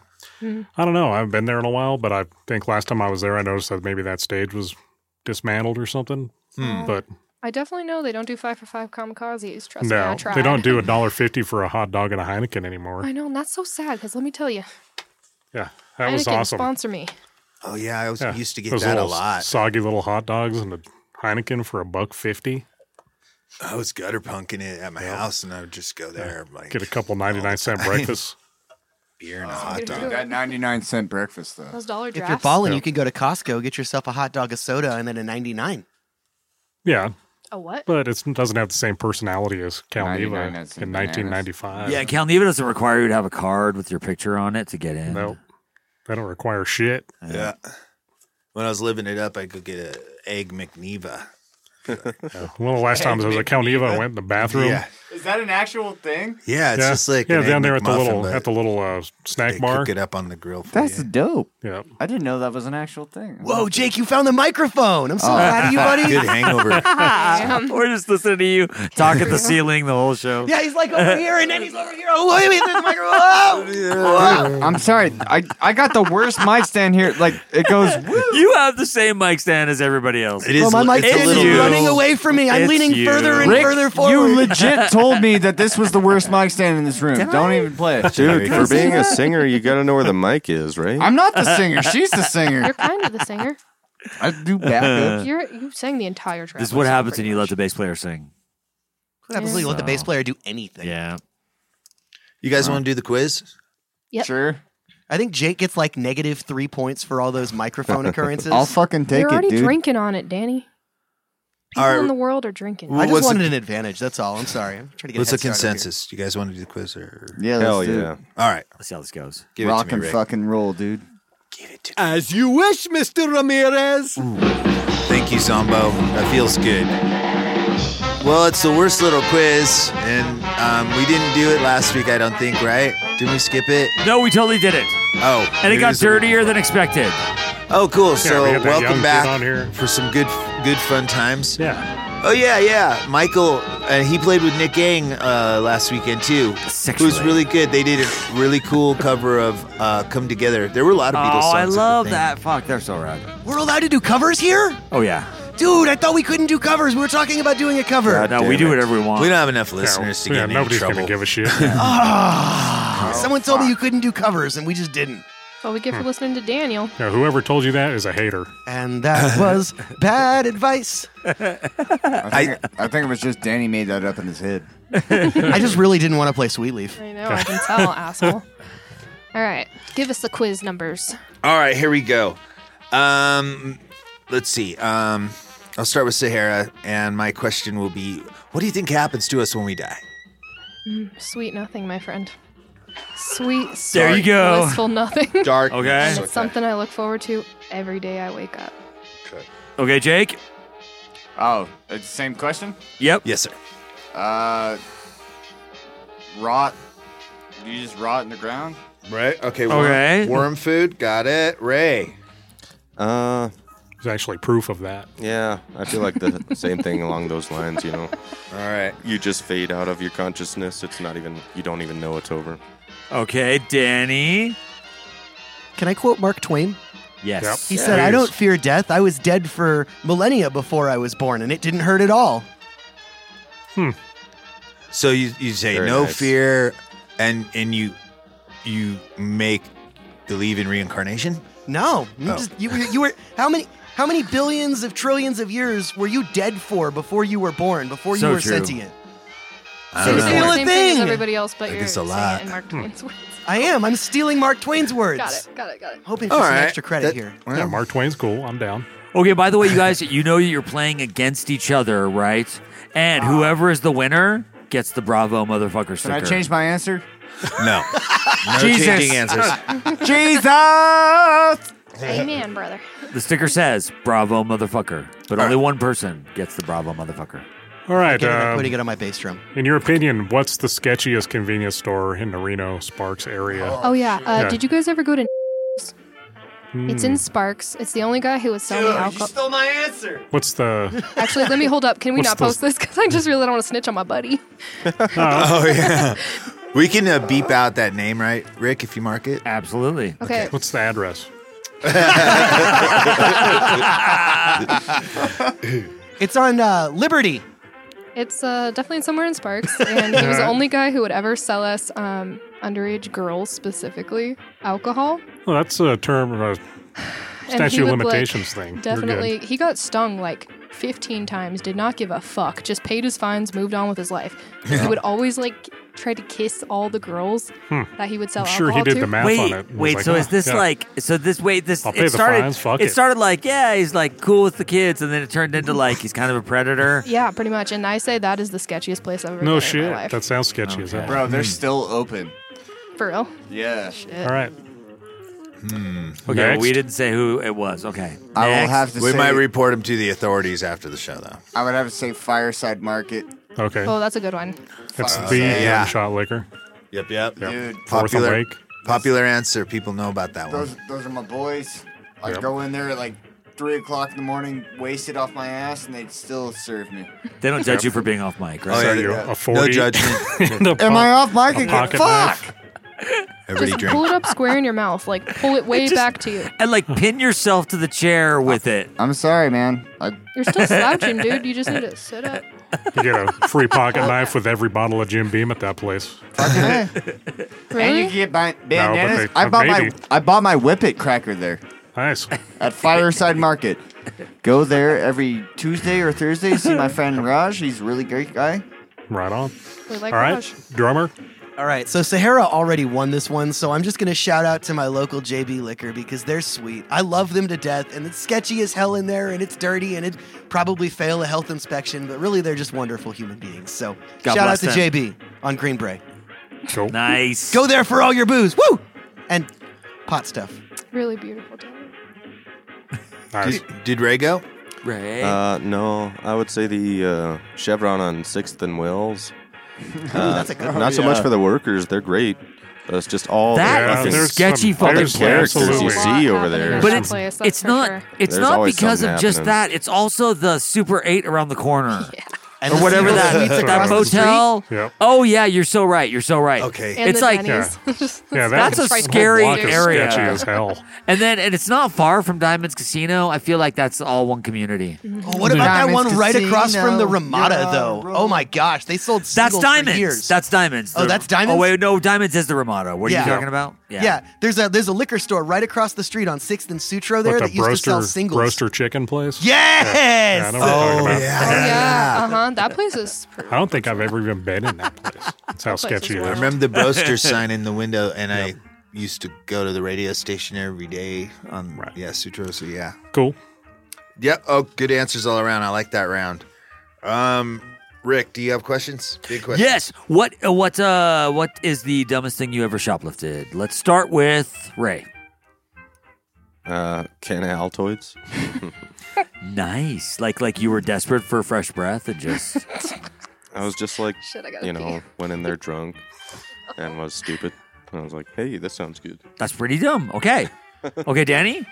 G: I don't know. I haven't been there in a while, but I think last time I was there, I noticed that maybe that stage was dismantled or something.
J: Hmm.
G: But
J: I definitely know they don't do five for five kamikazes. Trust me, I
G: no,
J: tried.
G: they don't do a dollar fifty for a hot dog and a Heineken anymore.
J: I know, and that's so sad. Because let me tell you,
G: Yeah, that
J: Heineken
G: was awesome.
J: sponsor me.
A: Oh yeah, I was
G: Yeah.
A: used to get
G: Those
A: that a
G: little
A: lot.
G: Soggy little hot dogs and a Heineken for a buck fifty.
A: I was gutter punking it at my house and I would just go there like
G: Get a couple Oh, ninety nine cent breakfast.
A: beer and a hot dog.
I: Dude, that 99 cent breakfast, though.
J: Those dollar
B: If you're
J: drafts.
B: balling, you could go to Costco, get yourself a hot dog, a soda, and then a 99.
G: Yeah,
J: A what?
G: but it's- it doesn't have the same personality as Cal
I: 99
G: Neva
I: cents
G: in
I: bananas.
G: nineteen ninety five.
H: Yeah, Cal Neva doesn't require you to have a card with your picture on it to get in.
G: Nope. They don't require shit.
A: Yeah. When I was living it up, I could get a egg McNeva.
G: One of the last times I was at Cal Neva, I went in the bathroom.
A: Yeah.
I: Is that an actual thing?
A: Yeah, it's just like
G: yeah
A: an
G: down
A: Egg
G: there at the
A: McMuffin,
G: little
A: but
G: at the little uh, snack
A: they
G: bar.
A: cook it up on the grill. For
I: That's
A: you.
I: dope.
G: Yeah.
I: I didn't know that was an actual thing.
B: Whoa, Jake, you found the microphone. I'm so proud of you, buddy.
A: Good hangover.
H: We're just listening to you talk at the ceiling the whole show.
B: Yeah, he's like over here, and then he's over here. Oh, wait a minute, there's a microphone. Whoa. Whoa.
I: I'm sorry. I, I got the worst mic stand here. Like, it goes.
H: You have the same mic stand as everybody else.
A: It is
B: Well, my mic
H: it's
B: stand is
H: you.
B: running away from me. I'm
H: It's
B: leaning
H: you.
B: further and
I: Rick,
B: further forward.
I: You legit told me that this was the worst mic stand in this room.
B: Did
I: Don't
B: I?
I: even play it.
L: Dude, for being a singer, you got to know where the mic is, right?
I: I'm not the singer. She's the singer.
J: You're kind of the singer.
I: I do backup.
J: You're you sang the entire track.
H: This is what happens when you let the bass player sing.
B: What happens when you let the
H: So-
B: bass player do anything?
H: Yeah.
A: You guys want to do the quiz?
J: Yep.
I: Sure.
B: I think Jake gets like negative three points for all those microphone occurrences.
I: I'll fucking
J: You're
I: take
J: already
I: it, dude.
J: drinking on it, Danny. People
A: Alright.
J: in the world are drinking.
B: I just
A: What's the-
B: wanted an advantage. That's all. I'm sorry. I'm trying to get.
A: What's
B: a
A: the
B: head start over
A: consensus? You guys want to do the quiz? Or...
I: Yeah, let's
L: Hell
I: do it.
L: yeah.
A: All right.
H: Let's see how this goes.
A: Give
I: Rock
A: it to me,
I: and
A: Rick.
I: fucking roll, dude.
M: As you wish, Mr. Ramirez.
A: Thank you, Zombo. That feels good. Well, it's the worst little quiz, and um, we didn't do it last week, I don't think, right? Did we skip it?
H: No, we totally did it.
A: Oh,
H: And it got
A: here's the-
H: dirtier than expected.
A: Oh, cool. So
G: we got that young
A: welcome
G: kid
A: back
G: on here.
A: for some good, good fun times.
G: Yeah.
A: Oh yeah, yeah. Michael, uh, he played with Nick Gang uh, last weekend too. It was really good. They did a really cool cover of uh, "Come Together." There were a lot of Beatles
H: Oh,
A: songs.
H: I
A: at the
H: love
A: thing.
H: that. Fuck, they're so rad.
B: We're allowed to do covers here?
H: Oh yeah.
B: Dude, I thought we couldn't do covers. We were talking about doing a cover.
H: no, we do whatever we want.
A: We don't have enough listeners to
G: yeah,
A: get in
G: nobody's
A: trouble.
G: gonna give a shit.
B: Ah, someone told me you couldn't do covers, and we just didn't.
J: What we get for
G: Hmm.
J: listening to Daniel.
G: Yeah, whoever told you that is a hater.
B: And that was bad advice.
I: I think, I, think it was just Danny made that up in his head.
B: I just really didn't want to play Sweet Leaf.
J: I know, I can tell, asshole. All right, give us the quiz numbers.
A: All right, here we go. Um, let's see. Um, I'll start with Sahara, and my question will be: What do you think happens to us when we die?
J: Mm, Sweet nothing, my friend. Sweet, sweet
A: There you go.
J: blissful nothing.
A: Dark. Okay.
J: And it's
H: Okay.
J: something I look forward to every day I wake up.
H: Okay, Jake.
I: Oh, it's the same question?
H: Yep.
A: Yes, sir.
I: Uh, rot. You just rot in the ground?
A: Right. Okay.
I: worm- Okay.
A: Worm food. Got it. Ray.
L: Uh,
G: there's actually proof of that.
L: Yeah, I feel like the same thing along those lines. You know.
A: All right.
L: You just fade out of your consciousness. It's not even. You don't even know it's over.
H: Okay, Danny.
B: Can I quote Mark Twain?
H: Yes.
B: He said, I don't fear death. I was dead for millennia before I was born, and it didn't hurt at all.
A: So you you say
B: Very
A: no
B: nice.
A: fear, and and you you make believe in reincarnation.
B: No, you,
A: Oh.
B: just, you, were- you were how many how many billions of trillions of years were you dead for before you were born, before
A: So
B: you were
A: true.
B: sentient?
A: I don't
B: It's
A: know.
B: the only
J: Same thing as
B: thing.
J: everybody else, but
A: I
J: you're
A: guess a
J: saying
A: lot.
J: it in Mark Twain's words.
B: I am. I'm stealing Mark Twain's words.
J: Got it. Got it. Got it.
B: Hoping for some extra credit
G: That-
B: here.
G: yeah, Mark Twain's cool. I'm down.
H: Okay, by the way, you guys, you know you're playing against each other, right? And whoever is the winner gets the Bravo motherfucker
I: Can
H: sticker.
I: Uh-huh. I change my answer?
A: No. No
H: Jesus.
A: changing answers.
I: Jesus!
J: Amen, brother.
H: The sticker says Bravo motherfucker, but only one person gets the Bravo motherfucker.
G: All right.
H: Again, I'm
G: um,
H: putting
B: it on my bass drum.
G: In your opinion, what's the sketchiest convenience store in the Reno Sparks area?
J: Oh, yeah. Uh, Did you guys ever go to? It's
G: Hmm.
J: in Sparks. It's the only guy who would sell me alcohol.
B: stole my answer.
G: What's the?
J: Actually, let me hold up. Can we
G: What's
J: not post
G: those-
J: this? Because I just really don't want to snitch on my buddy.
A: oh yeah. We can uh, beep out that name, right, Rick? If you mark it.
H: Absolutely.
J: Okay.
G: What's the address?
B: It's on uh, Liberty.
J: It's uh, definitely somewhere in Sparks, and he was the only guy who would ever sell us um, underage girls specifically alcohol.
G: Well, that's a term uh, of a
J: And he
G: statute of
J: would, like,
G: limitations thing. You're good.
J: Definitely, he got stung like 15 times. Did not give a fuck. Just paid his fines, moved on with his life. But He
G: Yeah.
J: would always like try to kiss all the girls
G: Hmm.
J: that he would sell.
G: I'm sure he
J: alcohol
G: did
J: to.
G: the math
H: wait,
G: on it. It was
H: wait.
G: like,
H: so is
G: oh,
H: this
G: yeah.
H: like? So this wait. This
G: I'll pay
H: it
G: the
H: started.
G: fines, fuck
H: it
G: it.
H: started like yeah, he's like cool with the kids, and then it turned into like he's kind of a predator.
J: Yeah, pretty much. And I say that is the sketchiest place I've ever been in my life.
G: That sounds sketchy as hell.
I: Bro, Oh, they're
G: Hmm.
I: still open.
J: For real.
I: Yeah.
J: Shit.
G: All right.
H: Okay, well, Hmm. we didn't say who it was. Okay.
I: I will have to
A: We
I: say-
A: might report him to the authorities after the show, though.
I: I would have to say Fireside Market.
G: Okay.
J: Oh, that's a good one.
G: It's
A: Uh,
G: the
A: yeah.
G: one shot liquor.
A: Yep, yep.
I: Dude. Fourth
A: popular,
G: Lake.
A: popular answer. People know about that one.
I: Those, those are my boys. I
A: Yep.
I: go in there at like 3 o'clock in the morning, wasted off my ass, and they'd still serve me.
H: They don't judge you for being off mic, right?
A: Oh, yeah,
H: So
A: they
H: you're
A: don't.
H: a
A: No
H: 40.
A: judgment.
H: And a
I: Am I
H: pop-
I: off mic
H: a
I: again?
H: pocket
I: Fuck!
H: knife.
J: Just pull it up square in your mouth. Like pull it way
H: Just-
J: back to you.
H: and like pin yourself to the chair with it.
I: I'm sorry, man. I,
J: You're still slouching, dude. You just need to sit up.
G: You get a free pocket knife with every bottle of Jim Beam at that place.
I: And you
J: Really?
I: can get ban- bandanas.
G: they-
I: I
G: but
I: bought
G: maybe.
I: my I bought my Whippet cracker there.
G: Nice.
I: At Fireside Market. Go there every Tuesday or Thursday. See my friend Raj. He's a really great guy.
G: Right on.
J: We like
G: All right,
J: Raj.
G: drummer.
B: All right, so Sahara already won this one, so I'm just gonna shout out to my local JB Liquor because they're sweet. I love them to death, and it's sketchy as hell in there, and it's dirty, and it probably fail a health inspection, but really they're just wonderful human beings. So
H: God
B: shout
H: bless
B: out to
H: them.
B: JB on Greenbrae.
G: Cool.
H: Nice.
B: Go there for all your booze, woo, and pot stuff.
J: Really beautiful. Daniel.
A: Did, did Ray go?
H: Ray.
L: Uh, no, I would say the uh, Chevron on Sixth and Wells. uh,
B: Ooh, that's a good one.
L: Not so
B: Oh,
L: much
B: yeah.
L: for the workers; they're great. But it's just all
H: That
L: the
H: is
L: fucking-
H: a There's sketchy some- fucking
L: there's characters you
H: absolutely.
L: see over there.
H: But it's it's not it's
L: There's
H: not
L: always
H: because
L: something
H: of just
L: happening.
H: that. It's also the Super Eight around the corner.
L: And
H: Or
L: the
H: whatever
L: Cecil
H: that
L: Suites
H: that
L: across the street.
H: motel.
L: Yep.
H: Oh yeah, you're so right. You're so right.
A: Okay,
J: And
H: it's
J: the
H: like
J: Denny's.
G: Yeah,
H: that's a
G: that
H: scary
G: block is
H: area.
G: sketchy as hell.
H: And then and it's not far from Diamonds Casino. I feel like that's all one community.
B: Oh, what about that one right across from the Ramada, though? Oh my gosh, they sold
H: That's
B: singles for
H: Diamonds.
B: years.
H: That's Diamonds.
B: Oh,
H: The-
B: that's
H: Oh
B: Diamonds?
H: wait, no, Diamonds is the Ramada. What are
B: Yeah.
H: you talking about?
B: Yeah. there's a there's a liquor store right across the street on Sixth and Sutro there
G: What,
B: that
G: the
B: used to sell
G: broaster,
B: singles.
G: roaster chicken place?
B: Yes!
G: Yeah, I know what you're talking
B: Oh,
G: about.
J: Oh yeah, uh huh. That place is. pr-
G: I don't think I've ever even been in that place. That's how
J: That place
G: sketchy it
A: I
G: is.
A: remember the broaster sign in the window, and I used to go to the radio station every day on yeah Sutro. So yeah,
G: Cool.
A: Yep. Oh, good answers all around. I like that round. Um, Rick, do you have questions? Big questions.
H: Yes. What uh, what uh what is the dumbest thing you ever shoplifted? Let's start with Ray.
L: Uh, can of Altoids.
H: nice. Like like you were desperate for fresh breath and just
L: I was just like,
J: Shit, I gotta
L: you
J: pee.
L: know, went in there drunk and was stupid. And I was like, hey, this sounds good.
H: That's pretty dumb. Okay. Okay, Danny?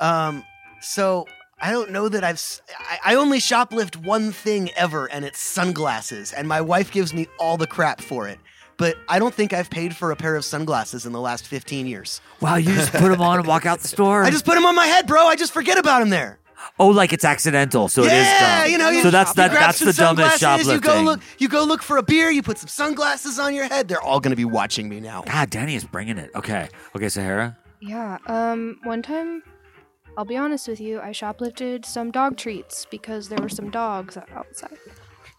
B: Um, so I don't know that I've. s- I, I only shoplift one thing ever, and it's sunglasses. And my wife gives me all the crap for it. But I don't think I've paid for a pair of sunglasses in the last 15 years.
H: Wow, you just put them on and walk out the store.
B: I just put them on my head, bro. I just forget about them there.
H: Oh, like it's accidental. So it is
B: yeah,
H: dumb.
B: you know. You,
H: so that's
B: you
H: that
B: grab
H: that's
B: some
H: the dumbest
B: sunglasses,
H: shoplifting.
B: You go look. You go look for a beer. You put some sunglasses on your head. They're all going to be watching me now.
H: God, Danny is bringing it. Okay. Okay, Sahara.
J: Yeah. Um. One time, I'll be honest with you. I shoplifted some dog treats because there were some dogs outside,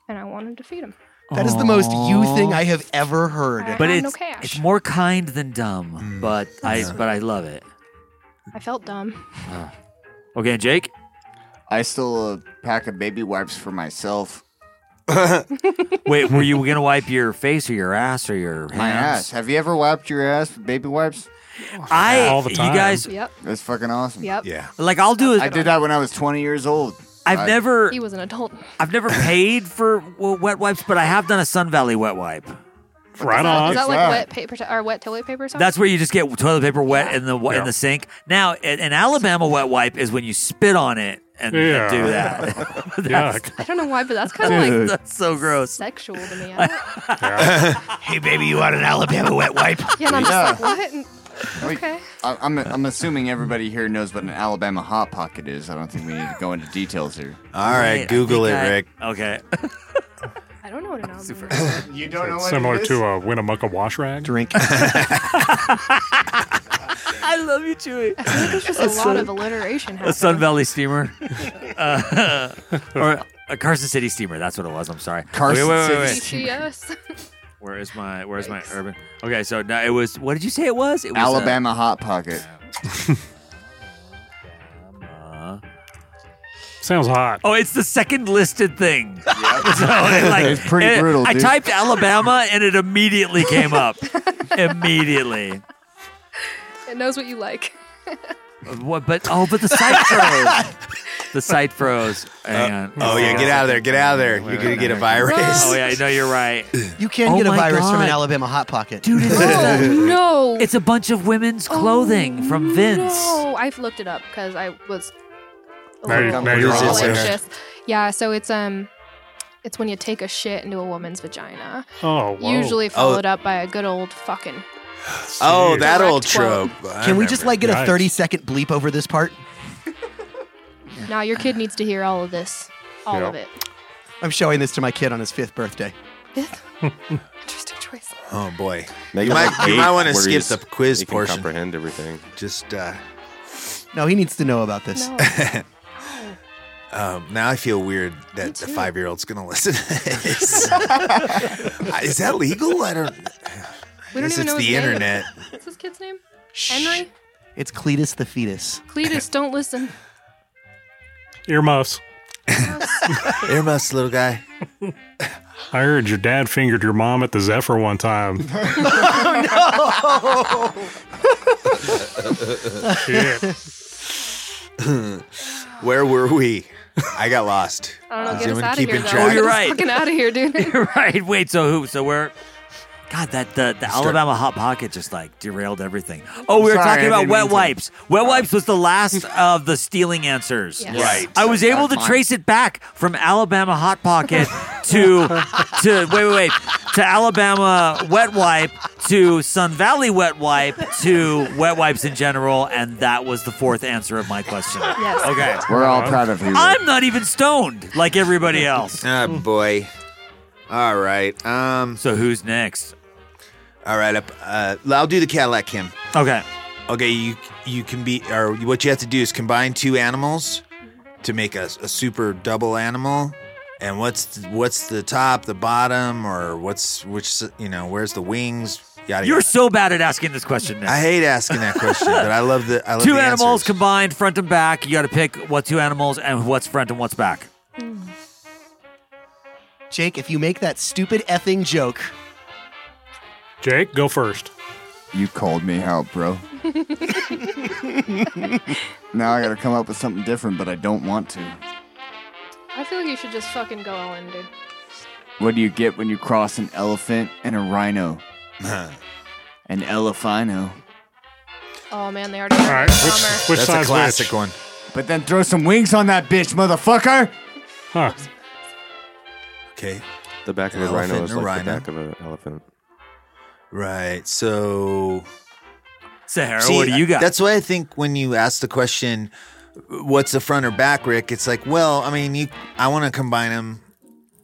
J: and I wanted to feed them.
B: That is the most you thing I have ever heard.
J: I
H: But
J: had
H: it's
J: no cash.
H: it's more kind than
B: Mm.
H: dumb, but I but I love it.
J: I felt dumb.
H: Okay, Jake.
I: I stole a pack of baby wipes for myself.
H: Wait, were you gonna wipe your face or your ass or your hands?
I: My ass. Have you ever wiped your ass with baby wipes?
H: I- All the you time. guys-
J: Yep.
I: That's fucking awesome.
J: Yep. Yeah.
H: Like I'll do it.
I: I did that when I was 20 years old.
H: I've
I: I-
H: never
J: He was an adult.
H: I've never paid for well, wet wipes, but I have done a Sun Valley wet wipe.
J: Is that- Is that like wet paper t- or wet toilet paper? Or something?
H: That's where you just get toilet paper wet in the in the sink. Now, an an Alabama wet wipe is when you spit on it and, and
G: Yeah.
H: do that. That's-
J: I don't know why, but that's kind of like
H: that's so gross.
J: sexual to me. I don't-
B: hey, baby, you want an Alabama wet wipe?
J: yeah, and I'm
I: Yeah.
J: just like, what? Okay.
I: I- I'm, I'm assuming everybody here knows what an Alabama Hot Pocket is. I don't think we need to go into details here.
A: All right,
H: Wait, I
A: Google it,
H: think I-
A: Rick.
H: Okay.
J: I don't know what an album Super.
I: You don't
G: It's similar to a Winnemucca wash rag.
B: Drink.
H: I love you, Chewy.
J: I think there's just a lot of alliteration
H: a Sun
J: happening.
H: Valley steamer, uh, or a Carson City steamer. That's what it was. I'm sorry.
I: Carson
H: Wait, wait, wait,
I: City
H: wait.
J: CCS.
H: Where is my Where's my urban? Okay, so now it was. What did you say it was? It was uh,
I: Alabama Hot Pocket.
H: uh,
G: Sounds hot.
H: Oh, it's the second listed thing. So it, like,
G: It's pretty
H: it-
G: brutal,
H: I
G: dude.
H: typed Alabama and it immediately came up. immediately.
J: It knows what you like.
H: What? But oh, but the site froze. the site froze. Hang on.
A: Oh yeah, get out of there, get out of there. You're gonna get a virus.
H: Oh yeah, no, you're right.
B: You can
H: Oh
B: get a
H: my
B: virus from an
H: God.
B: Alabama hot pocket,
H: dude. It's
J: no.
H: It's a bunch of women's clothing from Vince.
J: No, I've looked it up because I was a
H: Now you-
J: little
H: now you're
J: little
H: all aware.
J: anxious. Yeah, so it's um, it's when you take a shit into a woman's vagina.
G: Oh,
J: Usually
A: Oh.
J: followed up by a good old fucking.
A: Oh, that old
J: Correct
A: trope. I
B: Can we just
A: remember.
B: like get a 30 second bleep over this part?
J: Now your kid needs to hear all of this, all of it.
B: I'm showing this to my kid on his fifth birthday.
J: Interesting choice.
A: Oh boy,
L: Make
A: you
L: it
A: might,
L: like
A: you
L: eight
A: might want to
L: where you
A: skip
L: s-
A: the quiz
L: you can
A: portion.
L: comprehend everything.
A: Just uh,
B: No, he needs to know about this.
J: No.
A: um, now I feel weird that the five year old's gonna listen. to this. Is that legal? I don't.
J: We don't
A: Guess
J: even
A: it's
J: know
A: the
J: his name.
A: internet.
J: What's his kid's name? Henry.
B: It's Cletus the fetus.
J: Cletus, don't listen.
G: Earmuffs.
A: Earmuffs, little guy.
G: I heard your dad fingered your mom at the Zephyr one time.
B: oh
A: Where were we? I got lost.
J: I don't know.
A: Is
J: Get us
A: anyone
J: out of here,
A: keeping
J: though.
A: track?
H: Oh, you're right.
J: Fucking out of here, dude.
H: You're right. Wait. So who? So where? God, that the, the
N: Start-
H: Alabama Hot Pocket just like derailed everything. Oh, we were
N: Sorry,
H: talking
N: I
H: about
N: didn't
H: wet
N: mean to. Uh,
H: wipes. Wet wipes was the last of the stealing answers.
N: Yes. Right.
H: I was able to
N: Fine.
H: trace it back from Alabama Hot Pocket to to wait, wait, wait. To Alabama wet wipe, to Sun Valley wet wipe, to wet wipes in general, and that was the fourth answer of my question.
J: Yes.
H: Okay.
I: We're all proud of you.
H: I'm not even stoned like everybody else.
N: Oh boy. All right. Um.
H: So who's next?
N: All right. up- Uh, I'll do the Cadillac Kim.
H: Okay.
A: Okay, you you can be or what you have to do is combine two animals to make a, a super double animal. And what's th- what's the top, the bottom, or what's which you know where's the wings? Yada,
H: You're
A: yada.
H: so bad at asking this question. Nick.
A: I hate asking that question, but I love the I love
H: two
A: the
H: animals
A: answers.
H: combined, front and back. You got to pick what two animals and what's front and what's back.
B: Jake, if you make that stupid effing joke,
G: Jake, go first.
I: You called me out, bro. now I gotta come up with something different, but I don't want to.
J: I feel like you should just fucking go all in, dude.
I: What do you get when you cross an elephant and a rhino? an elephino.
J: Oh man, they already.
G: right, which- which That's a side's classic which?
A: one.
I: But then throw some wings on that bitch, motherfucker.
G: Huh.
A: Okay.
L: The back of
A: An
L: a rhino
A: elephant
L: is
A: and a
L: like the
A: rhino.
L: back of an elephant.
A: Right. So,
H: Sahara, what do you got?
A: That's why I think when you ask the question, "What's the front or back, Rick?" It's like, well, I mean, you, I want to combine them.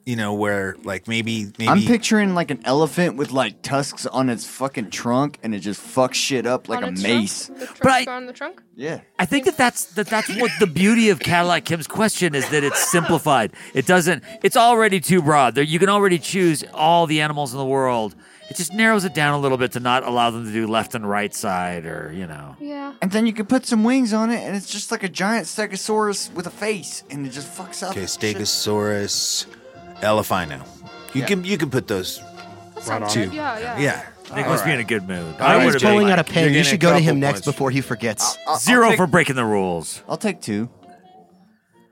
A: You know, where like maybe maybe
I: I'm picturing like an elephant with like tusks on its fucking trunk, and it just fucks shit up like
J: On
I: a
J: its
I: mace.
J: Trunk? The trunk's
H: But I-
J: gone in the trunk.
I: Yeah.
H: I think that that's that that's what the beauty of Cadillac Kim's question is that it's simplified. It doesn't. It's already too broad. There, you can already choose all the animals in the world. It just narrows it down a little bit to not allow them to do left and right side or you know.
J: Yeah.
I: And then you can put some wings on it, and it's just like a giant stegosaurus with a face, and it just fucks up.
A: Okay,
I: shit.
A: Stegosaurus, Elephino. You
I: Yeah.
A: can you can put those
J: sounds
A: two.
J: good. Yeah, yeah.
H: Nick
A: All
H: must be
A: right.
H: in a good mood.
A: All right,
H: would've
A: Jake.
H: been
B: pulling
H: like-
B: out a pen,
A: You're
B: you
A: getting
B: should
A: a
B: go to him
A: couple
B: next
A: points.
B: before he forgets.
I: Uh,
H: Zero for breaking the rules.
I: I'll take two.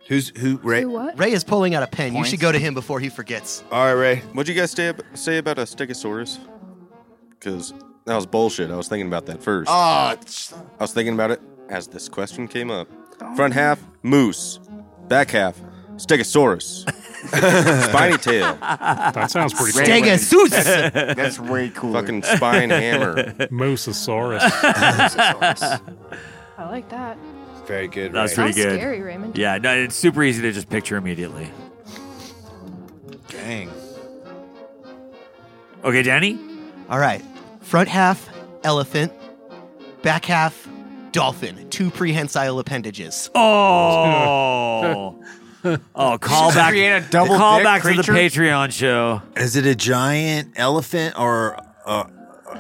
A: Who's who? Ray.
B: Ray is pulling out a pen.
A: Points.
B: You should go to him before he forgets.
N: All right, Ray.
L: What'd you guys say, ab- say about a Stegosaurus? Because that was bullshit. I was thinking about that first.
I: Ah,
L: I was thinking about it as this question came up. Front half, moose. Back half, Stegosaurus. Spiny tail.
G: That sounds pretty cool.
I: Stegosaurus. That's way cool.
L: Fucking spine hammer.
G: Moososaurus.
J: I like that.
N: Very good.
H: That was
N: Ray.
H: pretty
J: Sounds
H: good.
J: scary, Raymond.
H: Yeah, no, it's super easy to just picture immediately.
A: Dang.
H: Okay, Danny.
B: All right. Front half, elephant. Back half, dolphin. Two prehensile appendages.
H: Oh. oh, call
B: Just
H: back.
B: create a double
H: call
B: dick
H: back to the
B: creature?
H: Patreon show.
A: Is it a giant elephant or uh,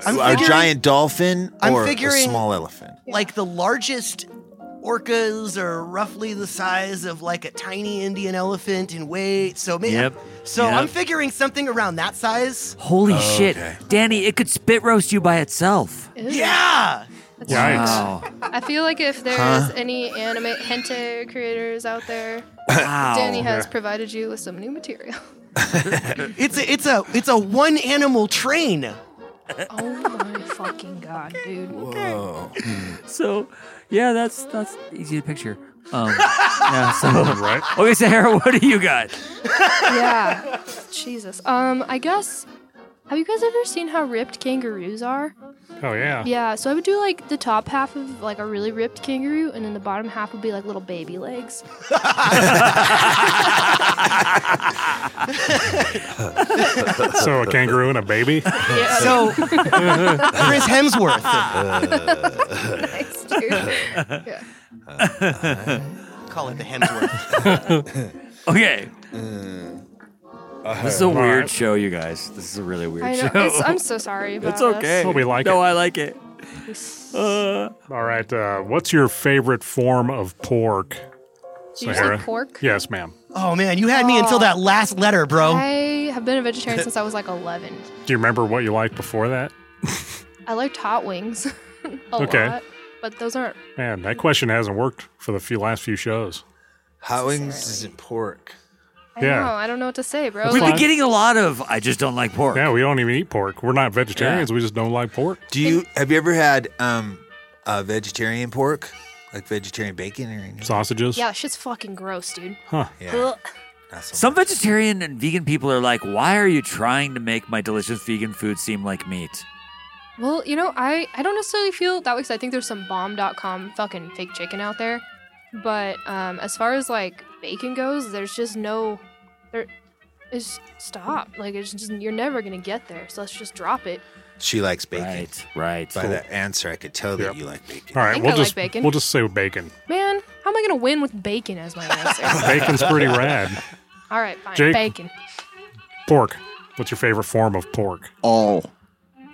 B: I'm
A: a
B: figuring-
A: giant dolphin
B: I'm
A: or
B: figuring-
A: a small elephant?
B: Like the largest orcas are roughly the size of like a tiny Indian elephant in weight. So maybe
H: Yep.
B: So
H: Yep.
B: I'm figuring something around that size.
H: Holy
B: Okay.
H: shit. Danny, it could spit roast you by itself.
J: Ew.
B: Yeah.
H: Wow.
J: I feel like if there's
H: Huh?
J: any anime hentai creators out there,
H: Wow.
J: Danny has provided you with some new material.
B: It's a it's a it's a one animal train.
J: Oh my fucking god, dude.
A: Whoa.
H: So, yeah, that's that's easy to picture. Um, yeah, so, right. Okay, Sahara, what do you got?
J: yeah. Jesus. Um, I guess. Have you guys ever seen how ripped kangaroos are?
G: Oh, yeah.
J: Yeah. So I would do like the top half of like a really ripped kangaroo, and then the bottom half would be like little baby legs.
G: So a kangaroo and a baby?
J: Yeah.
B: So Chris Hemsworth.
J: nice, dude. Yeah.
B: Call it the Hemsworth.
H: Okay. this is a
G: All right.
H: weird show, you guys. This is a really weird
J: I know.
H: show.
J: It's, I'm so sorry. About
H: It's okay.
G: Well, we like
H: no,
G: it.
H: I like it.
J: This.
H: Uh,
G: All right. Uh, what's your favorite form of pork?
J: Did you say pork?
G: Yes, ma'am.
B: oh man, you had me until that last letter, bro.
J: I have been a vegetarian since I was like 11.
G: Do you remember what you liked before that?
J: I liked hot wings a
G: Okay.
J: lot, but those aren't.
G: Man, that question hasn't worked for the few last few shows.
A: Hot wings is it pork?
J: I I know. I don't know what to say, bro.
H: We've been getting a lot of. I just don't like pork.
G: Yeah, we don't even eat pork. We're not vegetarians. We just don't like pork.
A: Do you have you ever had um uh, vegetarian pork, like vegetarian bacon or anything?
G: sausages?
J: Yeah, that shit's fucking gross, dude.
G: Huh.
A: Yeah.
H: Some vegetarian and vegan people are like, "Why are you trying to make my delicious vegan food seem like meat?"
J: Well, you know, I, I don't necessarily feel that way because I think there's some bomb.com fucking fake chicken out there. But um, as far as like bacon goes, there's just no. There, it's stop. Like, it's just, you're never going to get there. So let's just drop it.
A: She likes bacon.
H: Right. Right.
A: By that answer, I could tell that you like bacon.
G: All
J: I
G: right,
J: think
G: we'll
J: I like
G: just
J: bacon.
G: we'll just say bacon.
J: Man, how am I going to win with bacon as my answer?
G: Bacon's pretty rad.
J: All right, fine.
G: Jake?
J: Bacon.
G: Pork. What's your favorite form of pork?
I: All.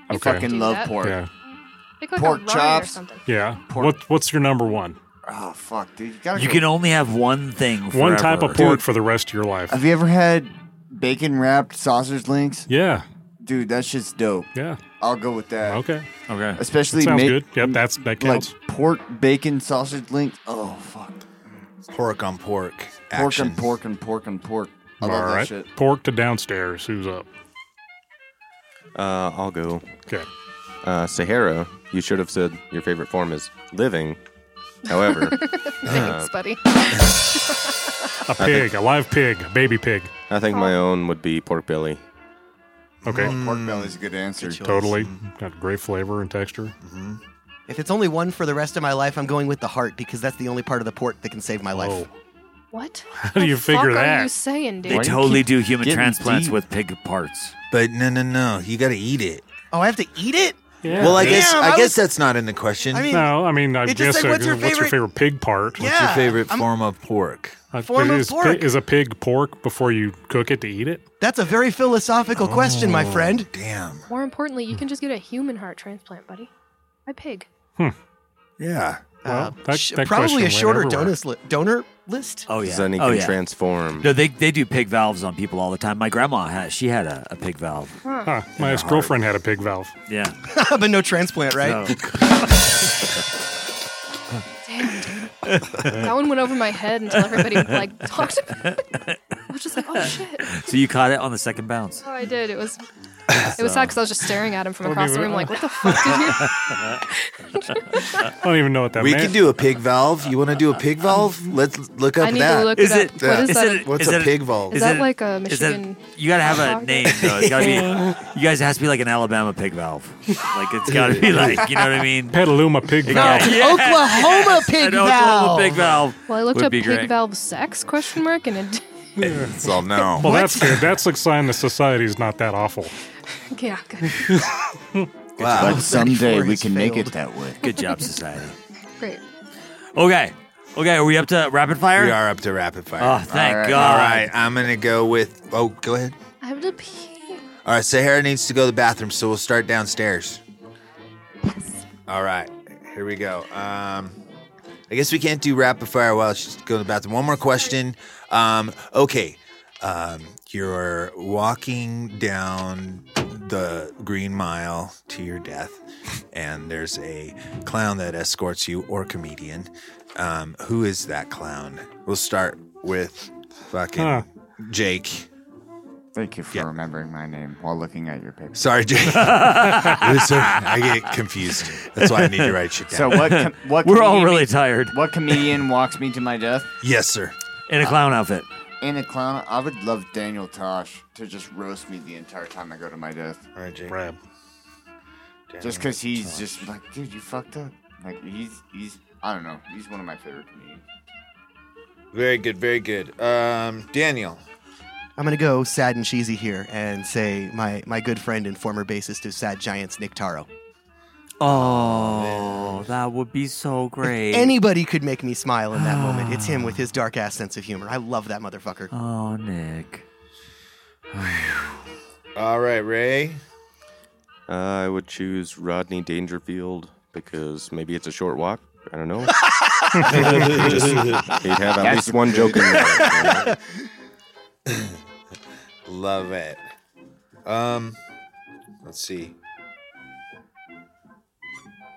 I: I fucking Do love that. pork.
G: Yeah.
J: Think like
I: Pork
J: a rye Or
I: chops.
J: something.
G: Yeah. What What's your number one?
I: Oh fuck, dude! You, gotta
H: You
I: go-
H: can only have one thing.
G: One type
H: forever.
G: of pork for the rest of your life.
I: Have you ever had bacon wrapped sausage links?
G: Yeah.
I: Dude, that shit's dope.
G: Yeah.
I: I'll go with that.
G: Okay.
H: Okay.
I: Especially
G: That sounds
I: ma-
G: good. Yep, that's that counts.
I: Like pork bacon sausage links. Oh fuck.
A: Pork on pork.
I: Pork
G: action.
I: and pork and pork and pork. I
G: All
I: love that
G: right.
I: shit.
G: Pork to downstairs. Who's up?
L: Uh, I'll go.
G: Okay.
L: Uh, Sahara, you should have said your favorite form is living. However,
J: Thanks,
L: uh,
J: buddy.
G: A pig, a live pig, a baby pig.
L: I think my own would be pork belly.
G: Okay.
I: pork belly's a good answer.
G: Totally.
I: Mm-hmm.
G: Got great flavor and texture. Mm-hmm.
B: If it's only one for the rest of my life, I'm going with the heart because that's the only part of the pork that can save my life.
J: What?
G: How do you
J: Fuck are you saying, dude?
H: They totally do human
A: getting
H: transplants
A: deep?
H: with pig parts.
A: But no, no, no. You got to eat it.
B: Oh, I have to eat it?
A: Well, I
B: Damn,
A: guess I,
B: was-
A: guess that's not in the question.
B: I mean,
G: no, I mean, I
B: it just
G: guess
B: said,
G: uh,
B: what's your favorite-
G: pig part?
A: What's your
B: Yeah,
A: favorite
B: I'm-
A: form of pork?
G: Uh,
B: Form of
G: is, pi-
B: pork.
G: is a pig pork before you cook it to eat it?
B: That's a very philosophical question, my
G: Oh,
B: friend.
A: Damn.
J: More importantly, you can just get a human heart transplant, buddy. My pig.
A: Yeah.
B: Uh,
G: Well, that-
B: sh-
G: that question
B: probably a
G: went
B: shorter
G: everywhere.
B: donors li- donor list.
H: Oh yeah.
L: Then he
H: oh,
L: can
H: yeah.
L: transform.
H: No, they they do pig valves on people all the time. My grandma had she had a, a pig valve.
G: Huh. My ex girlfriend had a pig valve.
H: Yeah.
B: but no transplant, right?
J: Damn, dude. that one went over my head until everybody like talked about it. I was just like, oh shit.
H: So you caught it on the second bounce.
J: Oh, I did. It was. It was
H: So-
J: sad because I was just staring at him from
H: Don't
J: across the
H: even-
J: room, like, what the fuck, dude?
G: I don't even know what that
A: we
G: meant.
A: could do a pig valve. You want to do a pig valve? Let's look up
J: I need to
A: that.
J: look Is it up. it- What is that?
A: What's
H: is
A: a
H: it-
A: pig valve?
J: Is that like a Michigan?
H: you gotta have a
J: Hog?
H: name though. It's gotta be. You guys it has to be like an Alabama pig valve. Like it's gotta be like you know what I mean.
G: Petaluma pig
H: It
G: valve.
H: got-
B: Oklahoma pig
H: an Oklahoma
B: valve.
H: pig valve.
J: Well, I looked
H: would
J: up
H: be
J: pig
H: great.
J: valve sex question mark, and it.
A: It's all now.
G: Well, that's good. That's a sign that society's not that awful.
J: yeah, good.
A: Wow.
I: But someday we can make it that way.
H: Good job, society.
J: Great.
H: Okay, okay. Are we up to rapid fire?
A: We are up to rapid fire.
H: Oh, thank
A: All right.
H: God.
A: All right, I'm gonna go with. Oh, go ahead.
J: I have to pee.
A: All right, Sahara needs to go to the bathroom, so we'll start downstairs. All right, here we go. Um, I guess we can't do rapid fire while she's going to the bathroom. One more question. Um, okay, um, you're walking down the Green Mile to your death, and there's a clown that escorts you or comedian. Um, who is that clown? We'll start with fucking
I: Huh.
A: Jake.
I: Thank you for remembering my name while looking at your paper.
A: Sorry, Jake. Listen, I get confused. That's why I need to write shit down.
I: So what? Com- what?
A: We're all
H: really tired.
I: What comedian walks me to my death?
A: Yes, sir.
H: In a clown outfit.
I: In a clown, I would love Daniel Tosh to just roast me the entire time I go to my death.
A: All right, Jake.
G: Brad.
I: Just because he's just like, dude, you fucked up. Like he's he's I don't know. He's one of my favorite comedians.
A: Very good, very good. Um, Daniel.
B: I'm gonna go sad and cheesy here and say my my good friend and former bassist of Sad Giants, Nick Taro.
H: Oh, that would be so great.
B: Anybody could make me smile in that moment. It's him with his dark ass sense of humor. I love that motherfucker.
H: Oh, Nick.
A: All right, Ray.
L: Uh, I would choose Rodney Dangerfield because maybe it's a short walk. I don't know. Just- he'd have at
A: That's
L: least one joke in there.
A: Love it. Um, let's see.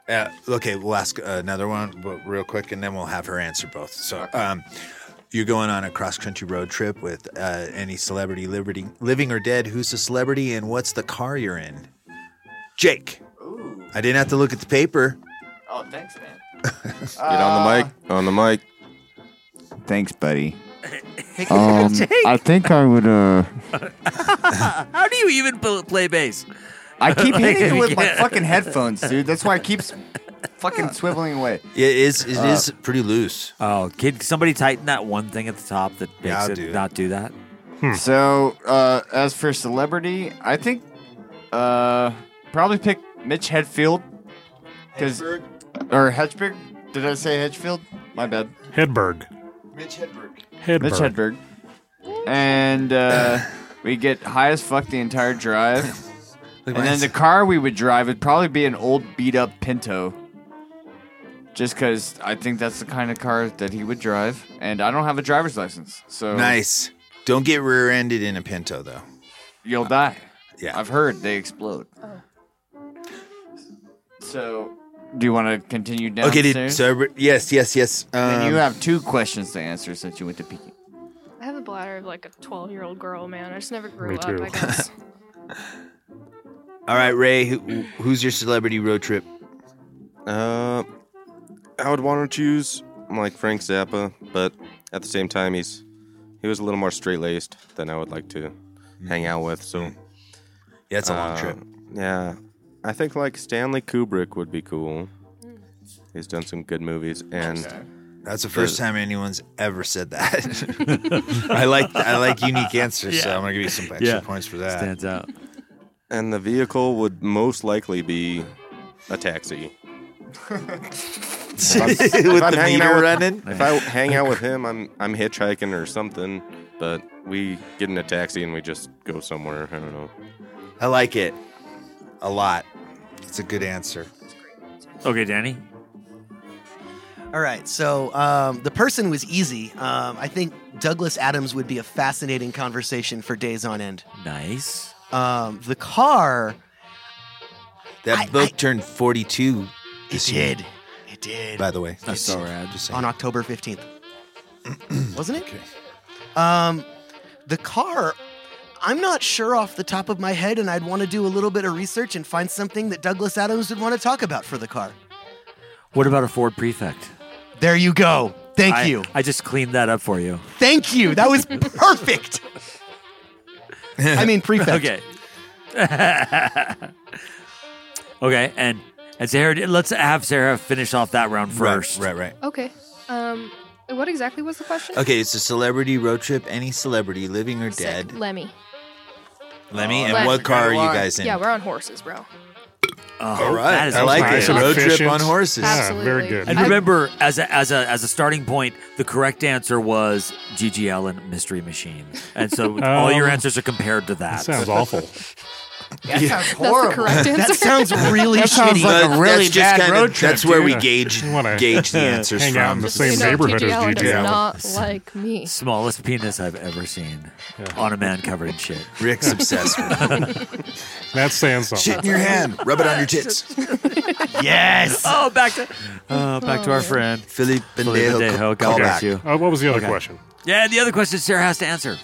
A: Uh, okay, we'll ask another one but real quick, and then we'll have her answer both. So, um, you're going on a cross country road trip with uh, any celebrity, liberty, living or dead. Who's the celebrity and what's the car you're in? Jake. I didn't have to look at the paper.
I: Oh, thanks, man. Uh,
L: Get on the mic. On the mic.
I: Thanks, buddy.
H: Hey,
I: Um,
H: Jake.
I: I think I would. Uh,
H: How do you even pl- play bass?
I: I keep
H: Like,
I: hitting it with my
H: yeah.
I: fucking headphones, dude. That's why it keeps fucking swiveling away.
A: It is. It is
H: Uh,
A: pretty loose.
H: Oh, kid, somebody tighten that one thing at the top that makes
I: Yeah, I'll
H: it
I: do it.
H: not do that.
I: So, uh, as for celebrity, I think uh, probably pick Mitch Hedfield. 'cause- Or Hedberg? Did I say Hedgefield? My bad.
G: Hedberg.
I: Mitch Hedberg.
G: Hedberg.
I: Mitch Hedberg. And uh, we get high as fuck the entire drive. and
A: my
I: then the car we would drive would probably be an old beat up Pinto. Just because I think that's the kind of car that he would drive. And I don't have a driver's license. So
H: Oh.
A: Nice. Don't get rear ended in a Pinto, though.
I: You'll die.
A: Yeah.
I: I've heard they explode. So, do you want to continue downstairs?
A: Okay, dude. So, everybody- yes, yes, yes.
I: And
A: um,
I: you have two questions to answer since you went to Peking.
J: I have a bladder of like a 12 year old girl, man. I just never grew
A: Me
J: up,
A: too.
J: I guess.
A: All right, Ray, who, who's your celebrity road trip?
L: Uh, I would want to choose like Frank Zappa, but at the same time, he's he was a little more straight laced than I would like to hang out with. So yeah,
A: it's a long trip.
L: Yeah, I think like Stanley Kubrick would be cool. He's done some good movies, and
A: That's the first time anyone's ever said that. I like I like unique answers, so I'm gonna give you some extra points for that.
H: Stands out.
L: And the vehicle would most likely be a taxi. If I'm- if
A: With
L: I'm
A: the
L: hanging
A: meter
L: out with-
A: running?
L: If I hang out with him, I'm I'm hitchhiking or something. But we get in a taxi and we just go somewhere. I don't know.
A: I like it a lot. It's a good answer.
H: Okay, Danny.
B: All right, so um, the person was easy. Um, I think Douglas Adams would be a fascinating conversation for days on end.
H: Nice.
B: Um, the car,
A: That book turned 42. This
B: It
A: year,
B: did. it did.
A: By the way,
B: That's so
H: rad.
B: On October 15th. Wasn't it? Um, the car, I'm not sure off the top of my head, and I'd want to do a little bit of research and find something that Douglas Adams would want to talk about for the car.
H: What about a Ford Prefect?
B: There you go. Thank
H: I-
B: you.
H: I just cleaned that up for you.
B: Thank you. That was perfect. I mean, prefect.
H: Okay. okay, and and Sarah, let's have Sarah finish off that round
A: Right,
H: first.
A: Right, right.
J: okay. Um, what exactly was the question?
A: Okay, it's a celebrity road trip. Any celebrity, living or dead.
J: Lemmy.
A: Lemmy, and
J: Lemmy.
A: what car are you guys in?
J: Yeah, we're on horses, bro.
A: All right. I like it. Road trip on horses.
J: Absolutely. good.
H: And
J: I-
H: remember, as a, as a as a starting point, the correct answer was G.G. Allen Mystery Machine, and so all your
G: Um,
H: answers are compared to
G: that
H: that.
G: sounds awful.
I: That
H: Yeah.
I: sounds horrible.
B: That sounds really
I: That
B: shitty.
I: sounds like a really
A: that's just
I: bad
A: kinda-
I: road trip,
A: That's where we
I: dude.
A: gauge
I: You wanna
A: gauge the answers
G: hang
A: from.
G: out in the Just so same you know, neighborhood
J: G.G. Allen does not like me.
H: Smallest penis I've ever seen on a man covered in shit.
A: Rick's obsessed
G: That's saying something.
A: Shit in your hand. Rub it on your tits. Yes.
H: Oh, back to uh, back to our friend
A: Philippe
H: Felipe
A: Bendejo,
H: Bendejo. God
A: call
H: bless
A: back.
H: you.
A: Uh, what was the other question?
H: Yeah, the other question Sarah has to answer.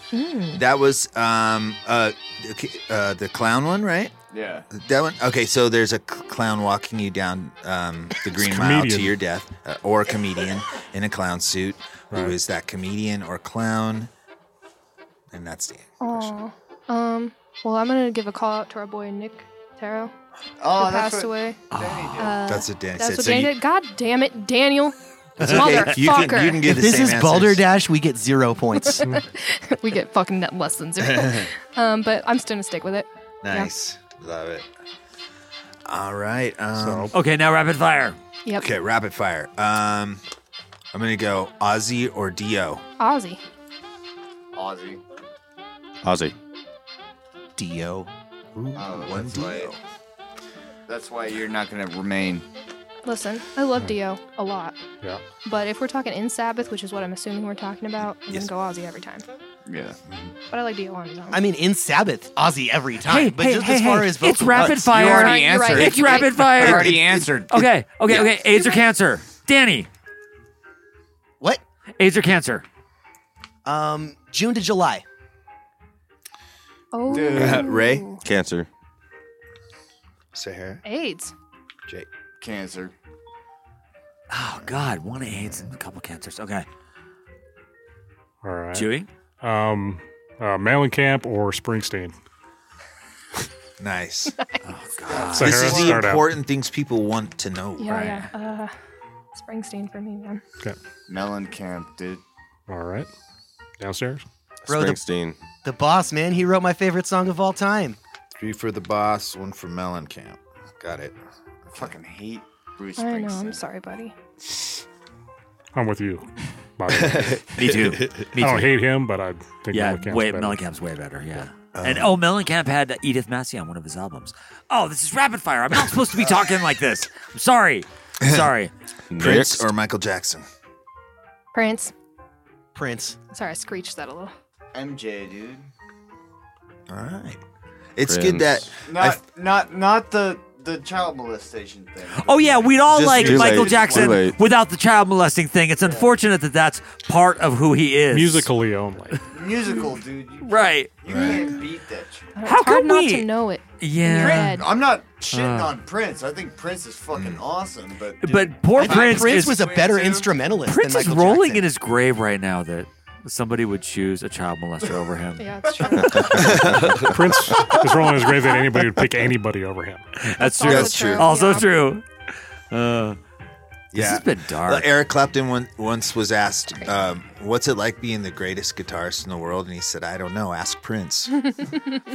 A: That was um uh, okay, uh the clown one, right?
I: Yeah.
A: That one. Okay, so there's a c- clown walking you down um, the green mile to
G: comedian.
A: your death, uh, or a comedian in a clown suit. Who is that comedian or clown? And that's the
J: Aw. Um, well, I'm going to give a call out to our boy Nick Taro.
I: Oh,
J: who
I: that's
J: passed
I: what
J: away. Uh,
A: That's what Danny
J: that's
A: said.
J: What
A: So
J: Danny
A: you-
J: did. God damn it, Daniel.
B: That's okay.
J: Motherfucker.
B: You can- you can get If the this same is answers. Balderdash, we get zero points.
J: we get fucking net less than zero. um, but I'm still going to stick with it. Yeah.
A: Nice. Love it. All right. Um,
H: okay, now rapid fire.
J: Yep.
A: Okay, rapid fire. Um, I'm going to go Ozzy or Dio.
J: Ozzy.
I: Aussie.
L: Ozzy.
A: Dio.
I: Oh, that's why, that's why you're not going to remain.
J: Listen, I love Dio a lot.
I: Yeah.
J: But if we're talking in Sabbath, which is what I'm assuming we're talking about, I'm
B: Yes.
J: going to go Ozzy every time.
I: Yeah.
J: But I like Dio on his own.
B: I mean, in Sabbath, Ozzy every time.
H: Hey,
B: but
H: hey,
B: just
H: hey,
B: as far
H: hey,
B: as Uh,
H: it's
B: vocal
H: rapid
B: cuts-
H: fire.
I: You already
H: You're right,
I: answered.
H: It's rapid fire.
I: You already answered.
H: Okay, okay,
I: Yeah.
H: okay. AIDS or cancer? Danny.
B: What?
H: AIDS or cancer?
B: Um, June to July.
J: Oh,
L: Ray? Cancer.
A: Sahara.
J: AIDS.
A: Jake.
I: Cancer.
H: Oh God, one AIDS and a couple cancers. Okay.
G: All right.
H: Chewy?
G: Um, uh, Mellencamp or Springsteen?
A: Nice.
G: Sahara,
A: this is the
G: start out.
A: important things people want to know.
J: Yeah,
A: right?
J: yeah. Uh, Springsteen for me, man.
G: Okay.
I: Mellencamp, dude.
G: All right. Downstairs?
B: Bro, the-
L: Springsteen.
B: The boss, man, he wrote my favorite song of all time.
N: Three for the boss, one for Mellencamp. Got it.
I: I fucking hate Bruce
J: I know. I'm sorry, buddy.
G: I'm with you. By the way.
H: Me too. Me
G: I don't
H: too.
G: hate him, but I think
H: yeah,
G: Mellencamp's
H: way,
G: better.
H: Mellencamp's way better. Yeah.
G: Yeah.
H: and
G: Um,
H: oh, Mellencamp had Edith Massey on one of his albums. Oh, this is rapid fire. I'm not supposed to be talking like this. I'm sorry. I'm sorry.
A: Prince or Michael Jackson?
J: Prince.
B: Prince.
J: Sorry, I screeched that a little.
I: MJ, dude.
A: All right. It's good that
I: Not, not, not the the child molestation thing.
H: Oh yeah, we'd all
I: Just
H: like
I: too
H: Michael
I: late. Too
H: Jackson
I: late.
H: without the child molesting thing. It's unfortunate that that's part of who he is.
G: Musically only.
I: Musical, dude. You,
H: right.
I: You can't beat that. shit.
J: I don't-
H: How
J: it's hard
H: come
J: not
H: we-
J: to know it?
H: Yeah.
J: Red.
I: I'm not shitting
H: Uh.
I: on Prince. I think Prince is fucking awesome, but
H: But poor
I: I think
H: Prince,
I: Prince
H: is,
I: was a better Twin, too.
B: instrumentalist than
H: Prince is
B: Michael
H: rolling
B: Jackson.
H: in his grave right now that somebody would choose a child molester over him.
J: Yeah, it's true.
G: Prince is rolling in his grave that anybody would pick anybody over him.
H: That's true.
A: That's true.
H: Also
A: Yeah.
H: true. Uh,
A: Yeah.
H: This has been
A: Uh,
H: dark.
A: Eric Clapton one, once was asked, um, "What's it like being the greatest guitarist in the world?" And he said, "I don't know. Ask Prince."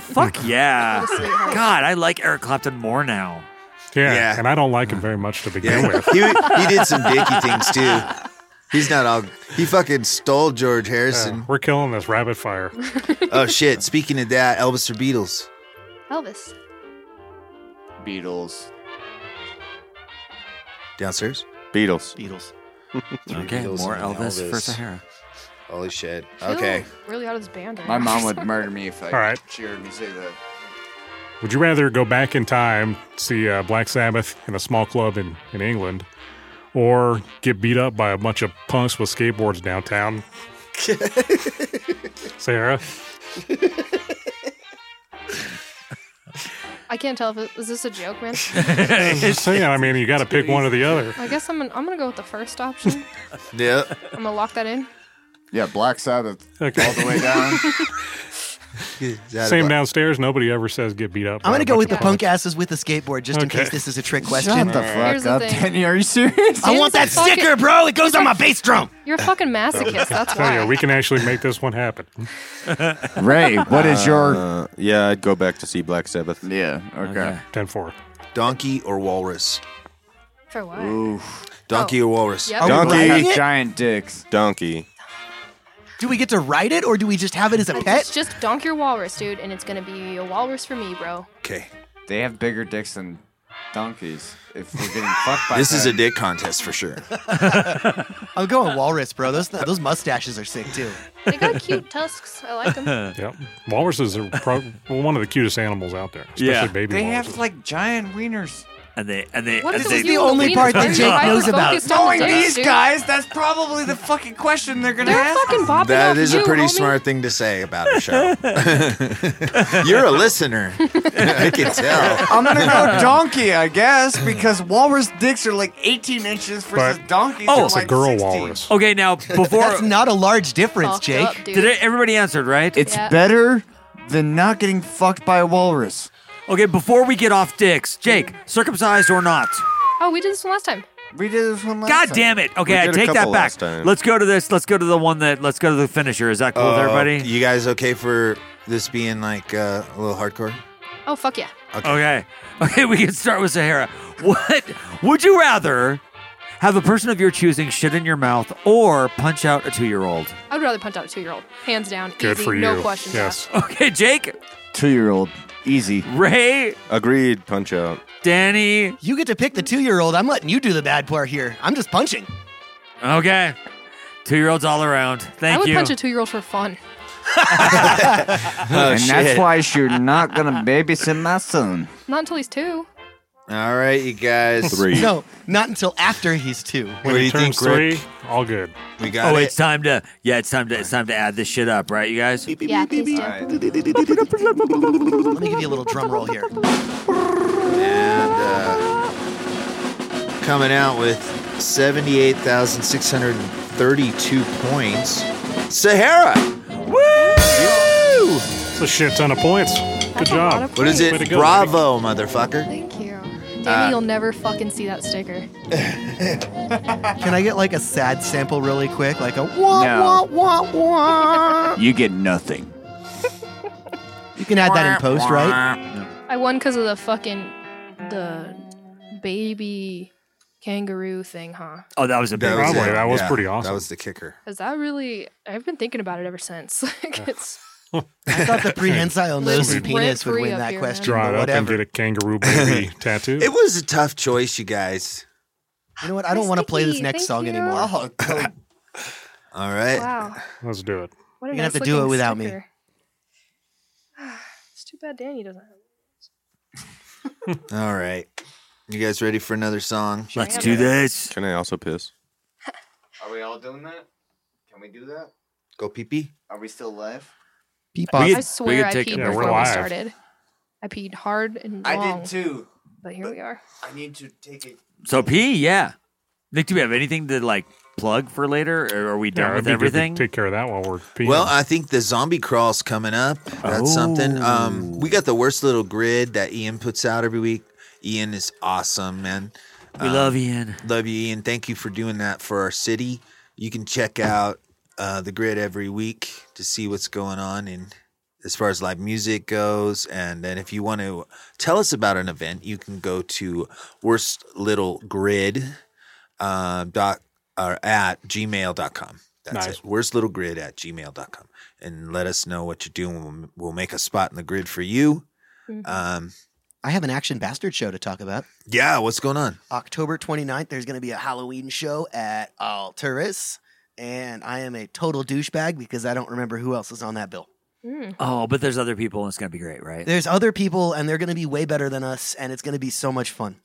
H: Fuck yeah.
A: What a sweetheart.
H: God, I like Eric Clapton more now.
G: Yeah, and I don't like him very much to begin
A: Yeah,
G: with.
A: he, he did some dicky things too. He's not all. He fucking stole George Harrison.
G: we're killing this rapid fire.
A: oh shit! Speaking of that, Elvis or Beatles?
J: Elvis.
I: Beatles.
A: Downstairs.
L: Beatles.
B: Beatles.
H: Okay, more Elvis for Sahara.
A: Holy shit.
J: I feel
A: Okay.
J: Really out of his band. Right
I: My
J: now.
I: mom would murder me if I
G: All right.
I: cheered me say that.
G: Would you rather go back in time, see uh, Black Sabbath in a small club in, in England, or get beat up by a bunch of punks with skateboards downtown? Sarah?
J: I can't tell if it, is this a joke, man.
G: I'm just saying, I mean, you got to pick one or the other.
J: I guess I'm. An, I'm gonna go with the first option.
A: Yeah.
J: I'm gonna lock that in.
I: Yeah, Black Sabbath
G: Okay.
I: all the way down.
G: Same downstairs. Nobody ever says get beat up.
B: I'm
G: by
B: gonna
G: a
B: go
G: bunch
B: with the
G: of
B: punk asses with the skateboard, just in
G: Okay.
B: case this is a trick question.
I: the fuck Here's the up, thing. Danny,
B: Are you serious? I
J: Dude,
B: want that
J: it's a fucking-
B: sticker, bro. It goes on my bass drum.
J: You're a fucking masochist. That's
G: Tell you,
J: why.
G: we can actually make this one happen.
I: Ray, what is your-
L: Uh, yeah, I'd go back to see Black Sabbath.
I: Yeah,
G: Okay. 10 4.
A: Donkey or walrus?
J: For what?
A: Donkey or walrus?
J: Oh. Yep. Are we riding it?
I: giant dicks.
L: Donkey.
B: Do we get to ride it, or do we just have it as a
J: It's
B: pet?
J: just donk your walrus, dude, and it's gonna be a walrus for me, bro.
A: Okay.
I: They have bigger dicks than donkeys. If we're getting fucked by
A: This is a
I: them.
A: dick contest for sure.
B: I'm going walrus, bro. Those those mustaches are sick too.
J: They got cute tusks. I like them.
G: yep. Walruses are pro- one of the cutest animals out there, especially
H: Yeah.
G: baby
I: They
G: walruses.
I: have like giant wieners.
H: And they and they.
I: What
H: and
I: is
H: they,
I: with you and the This is
B: part that wieners? Jake knows about.
I: Knowing
J: the dicks,
I: these
J: dude.
I: guys, that's probably the fucking question they're gonna
J: They're
I: ask.
J: fucking bopping
A: That
J: off
A: is
J: you,
A: a pretty
J: homie.
A: smart thing to say about a show. You're a listener. I can tell.
I: I'm gonna go donkey, I guess, because walrus dicks are like 18 inches versus donkeys
H: oh,
I: are like 16.
H: Okay, now before
B: That's not a large difference,
I: Fucked
B: Jake.
I: up, dude.
H: did it, everybody answered right?
I: It's better than not getting fucked by a walrus.
H: Okay, before we get off dicks, Jake, circumcised or not?
J: Oh, we did this one last time.
I: We did this one last
H: God damn it!
J: We
H: Okay, I
J: did a
H: take that
J: couple
H: back.
J: last time.
H: Let's go to this. Let's go to the one that. Let's go to the finisher. Is that cool with
A: Uh,
H: everybody?
A: You guys okay for this being like uh, a little hardcore?
J: Oh fuck yeah.
H: Okay. okay. we can start with Sahara. What would you rather have a person of your choosing shit in your mouth or punch out a two year old?
J: I would rather punch out a two-year-old, hands down.
H: Good
J: easy,
H: for
J: No
H: you.
J: questions
H: Yes.
J: asked.
H: Okay, Jake,
I: Two year old, easy.
H: Ray,
L: Agreed. Punch out.
H: Danny.
B: You get to pick the two year old. I'm letting you do the bad part here. I'm just punching.
H: Okay. Two year olds all around. Thank
J: I would
H: you.
J: punch a two-year-old for fun. Oh,
A: Oh,
I: and that's why you're not gonna babysit my son.
J: Not until he's two.
A: All right, you guys.
B: No, not until after he's two.
A: What do you think, Rick?
G: All good.
A: We got
H: oh,
A: it.
H: it's time to yeah, it's time to it's time to add this shit up, right, you guys?
B: Yeah, please do. Let me give you a little drum roll here.
A: And uh, coming out with 78,632 points, Sahara. Woo! It's
G: a shit ton of points. Good
J: That's a job. lot of
A: What
J: points.
A: is it?
J: Way to go,
A: Bravo, motherfucker.
J: Thank you. Danny,
A: Uh,
J: you'll never fucking see that sticker.
B: Can I get like a sad sample really quick? Like a wah,
J: No.
B: wah, wah, wah.
H: You get nothing.
B: You can add that in post, right?
J: I won because of the fucking the baby kangaroo thing, huh?
H: Oh, that was a big
A: That was
G: Probably.
A: it.
G: That was
A: Yeah,
G: pretty awesome.
A: That was the kicker.
J: Because that really, I've been thinking about it ever since. like it's
B: I thought the prehensile nose and
J: Lives
B: penis would
J: rent-free
B: win
J: up
B: that
J: here,
B: question,
G: Draw
B: but
G: it up and
B: whatever.
G: get a kangaroo baby tattoo.
A: It was a tough choice, you guys.
B: You know what? I don't want to play this next song anymore.
J: Oh,
A: All right.
J: wow.
G: Let's do it.
J: What a
B: You're gonna have to
J: nice
B: do it
J: looking
B: without me.
J: sticker. it's too bad Danny doesn't have it.
A: All right. You guys ready for another song?
H: Let's do this.
L: Can I also piss?
I: Are we all doing that? Can we do that?
A: Go pee pee.
I: Are we still live?
J: I swear I peed
G: Yeah, we're
J: before we
G: live.
J: started. I peed hard and
I: I
J: long.
I: did too.
J: But here we are.
I: I need to take a
H: So P, yeah. Nick, do we have anything to like plug for later? Or are we done
G: Yeah, it'd be good
H: with
G: to
H: everything?
G: Take care of that while we're peeing.
A: Well, I think the zombie crawl's coming up. That's something. Um, we got the worst little grid that Ian puts out every week. Ian is awesome, man.
H: We love Ian.
A: Love you, Ian. Thank you for doing that for our city. You can check out uh, the grid every week to see what's going on and as far as live music goes. And then if you want to tell us about an event, you can go to worst little grid uh, dot or at gmail.com. That's
G: Nice.
A: it. Worst little grid at gmail.com. And let us know what you're doing. We'll, we'll make a spot in the grid for you. Um,
B: I have an action bastard show to talk about.
A: yeah, what's going on?
B: October 29th, there's going to be a Halloween show at Alturas. And I am a total douchebag because I don't remember who else is on that bill.
J: Mm,
H: Oh, but there's other people and it's gonna be great, right?
B: There's other people, and they're going to be way better than us, and it's going to be so much fun.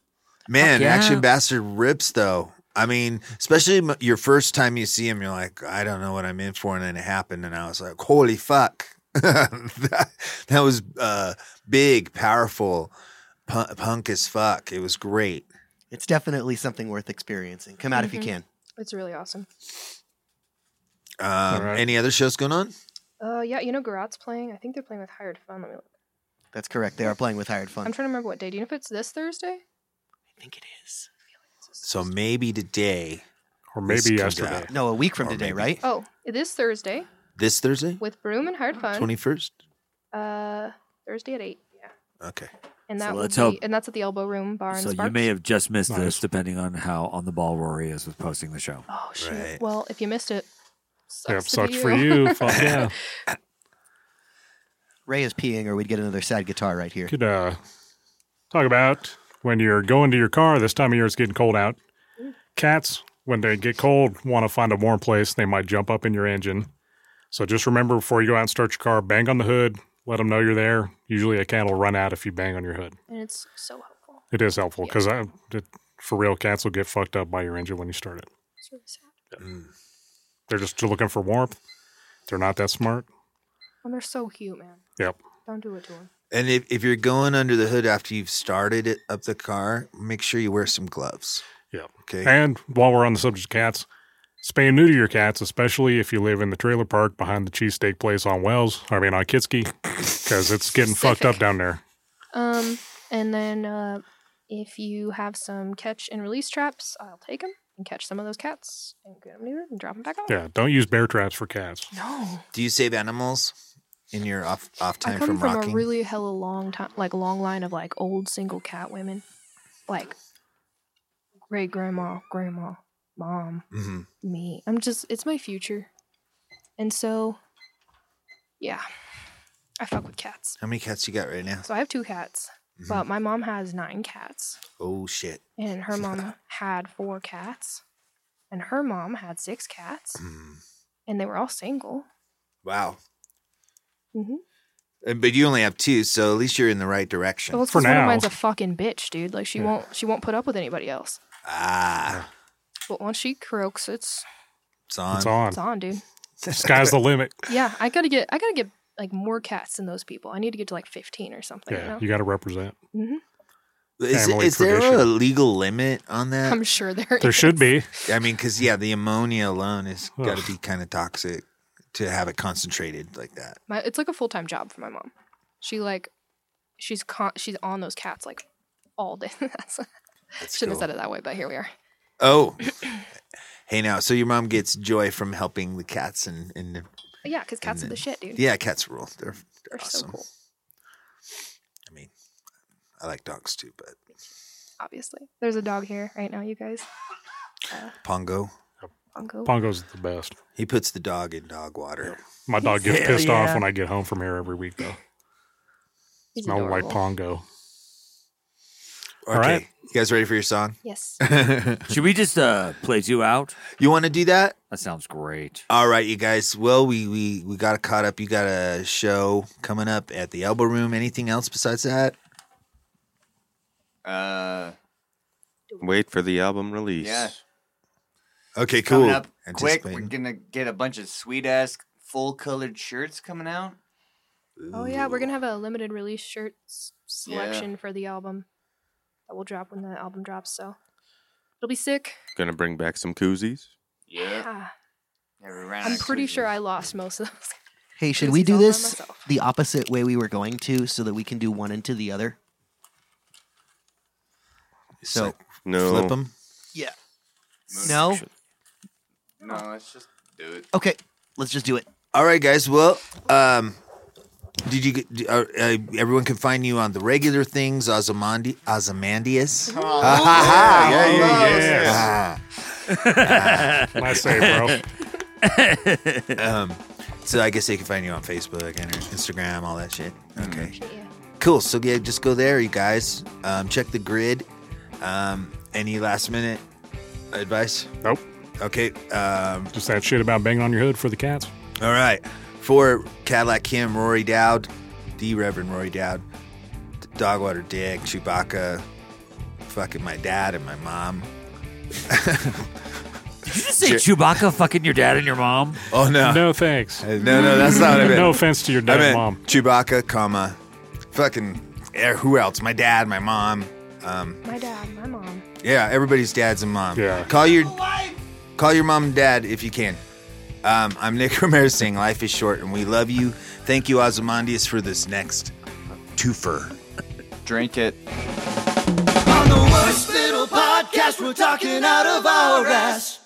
A: Man,
B: yeah.
A: Action Bastard rips though. I mean, especially m- your first time you see him, you're like, I don't know what I'm in for, and then it happened, and I was like, holy fuck, that, that was uh, big, powerful, punk, punk as fuck. It was great.
B: It's definitely something worth experiencing. Come out if you
J: Mhm.
B: can.
J: It's really awesome.
A: Um, Any other shows going on?
J: Uh, yeah, you know Garot's playing. I think they're playing with Hired Fun. Let me look.
B: That's correct. They are playing with hired fun.
J: I'm trying to remember what day. Do you know if it's this Thursday?
A: So maybe today,
G: or maybe
A: this comes
G: yesterday.
A: out.
B: No, a week from
A: Or
B: today,
A: maybe
B: right?
J: Oh, this Thursday
A: This Thursday,
J: with Broom and Hired Fun.
A: twenty first.
J: Uh, Thursday at eight. Yeah,
A: Okay.
J: and
H: So
J: that
H: let's
J: will be,
H: hope-
J: and that's at the Elbow Room Bar and
H: So
J: Sparks.
H: you may have just missed
G: Nice.
H: this depending on how on the ball Rory is with posting the show.
J: Oh shoot!
A: Right.
J: Well, if you missed it,
G: Yeah,
J: sucks, to
G: sucks
J: be
G: for you. Fuck yeah.
B: Ray is peeing, or we'd get another sad guitar right here.
G: could uh, talk about when you're going to your car this time of year it's getting cold out cats when they get cold want to find a warm place they might jump up in your engine so just remember before you go out and start your car bang on the hood let them know you're there usually a cat will run out if you bang on your hood
J: and it's so helpful.
G: it is helpful because i it, for real cats will get fucked up by your engine when you start it
J: It's really sad.
G: they're just looking for warmth they're not that smart
J: And they're so cute, man.
G: yep
J: Don't do it to them.
A: And if, if you're going under the hood after you've started it up the car, make sure you wear some gloves.
G: Yep.
A: Okay.
G: And while we're on the subject of cats, spay and neuter your cats, especially if you live in the trailer park behind the cheesesteak place on Wells, I mean on Kitski, because it's getting fucked up down there.
J: Um, and then uh, if you have some catch and release traps, I'll take them and catch some of those cats and get them neutered and drop them back off.
G: Yeah, don't use bear traps for cats.
J: No,
A: Do you save animals in your off off
J: I
A: time
J: come
A: from,
J: from,
A: rocking?
J: a really hella long time, like long line of like old single cat women, like great grandma, grandma, mom,
A: hmm
J: me. I'm just it's my future, and so yeah, I fuck with cats.
A: How many cats you got right now?
J: So I have two cats, but my mom has nine cats.
A: Oh shit.
J: and her mom had four cats, and her mom had six Mm. cats, and they were all single.
A: Wow.
J: hmm
A: Uh, But you only have two, so at least you're in the right direction.
J: Well, it's 'cause one of mine's a fucking bitch, dude. Like she won't she won't put up with anybody else.
A: ah,
J: But once she croaks, it's
A: it's on.
G: It's on.
J: it's on, dude.
G: Sky's the limit.
J: Yeah, I gotta get I gotta get like more cats than those people. I need to get to like fifteen or something.
G: Yeah,
J: you
G: you got to represent.
J: know? hmm
A: Is,
G: Family
A: is there a
G: tradition.
A: legal limit on that?
J: I'm sure there is.
G: be.
A: I mean, because yeah, the ammonia alone has got
J: Ugh.
A: to be kind of toxic to have it concentrated like that.
J: My, it's like a full time job for my mom. She like, she's con- she's on those cats like all day. That's, shouldn't have said it that way, but here we are.
A: Oh, hey now, so your mom gets joy from helping the cats and and
J: But yeah, because cats
A: and
J: are the shit, dude.
A: Yeah, cats rule. They're
J: They're
A: they're
J: so
A: awesome.
J: cool.
A: I mean, I like dogs too, but
J: obviously. There's a dog here right now, you guys. Uh,
A: Pongo,
J: Pongo.
G: Pongo's the best.
A: He puts the dog in dog water.
G: My dog
A: He's-
G: gets
A: Hell
G: pissed
A: yeah.
G: off when I get home from here every week, though.
J: He's
G: Smell like
J: adorable.
G: Pongo.
A: Okay,
G: right.
A: you guys ready for your song?
J: Yes.
H: Should we just uh, play two out?
A: You want to do that?
H: That sounds great.
A: All right, you guys. Well, we we we got caught up. You got a show coming up at the Elbow Room. Anything else besides that?
I: Uh,
L: Wait for the album release.
I: yeah.
A: Okay,
I: Coming
A: cool.
I: up quick, we're
A: Anticipating.
I: gonna get a bunch of sweet ass full colored shirts coming out.
J: Oh yeah, we're gonna have a limited release shirt s- selection for the album that will drop when the album drops. So it'll be sick.
L: Gonna bring back some koozies.
J: Yeah.
I: Every round.
J: I'm pretty sure I lost most of those.
B: Hey, should
J: This
B: we
J: is
B: do
J: all by
B: this
J: myself.
B: the opposite way we were going to so that we can do one into the other? So,
L: No.
A: Flip them.
B: Yeah. No?
I: No, let's just do it.
B: Okay, let's just do it.
A: All right, guys. Well, um, did you get do- uh, uh, everyone can find you on the regular things, Ozymandias? Ozymandias. Ha, ha, ha.
G: yeah, yeah, yeah.
A: Ah.
G: Nice save,
A: bro. um, so I guess they can find you on Facebook and Instagram, all that shit. Okay.
J: Yeah.
A: Cool. So yeah, just go there, you guys. Um, check the grid. Um, any last minute advice?
G: Nope.
A: Okay. Um,
G: Just that shit about banging on your hood for the cats.
A: all right. For Cadillac Kim, Rory Dowd, the Reverend Rory Dowd, Dogwater Dick, Chewbacca, fucking my dad and my mom.
H: Did you just say Chewbacca fucking your dad and your mom?
A: Oh no.
G: No thanks.
A: Uh, No, no, that's not what I meant.
G: No offense to your dad
A: I
G: and
A: meant
G: mom.
A: Chewbacca, comma, fucking, eh, who else? My dad, my mom. Um,
J: My dad, my mom.
A: yeah, everybody's dads and mom. Yeah. Call your, call your mom and dad if you can. Um, I'm Nick Ramirez saying life is short and we love you. Thank you, Ozymandias, for this next twofer.
I: Drink it.
F: On the worst little podcast, we're talking out of our ass.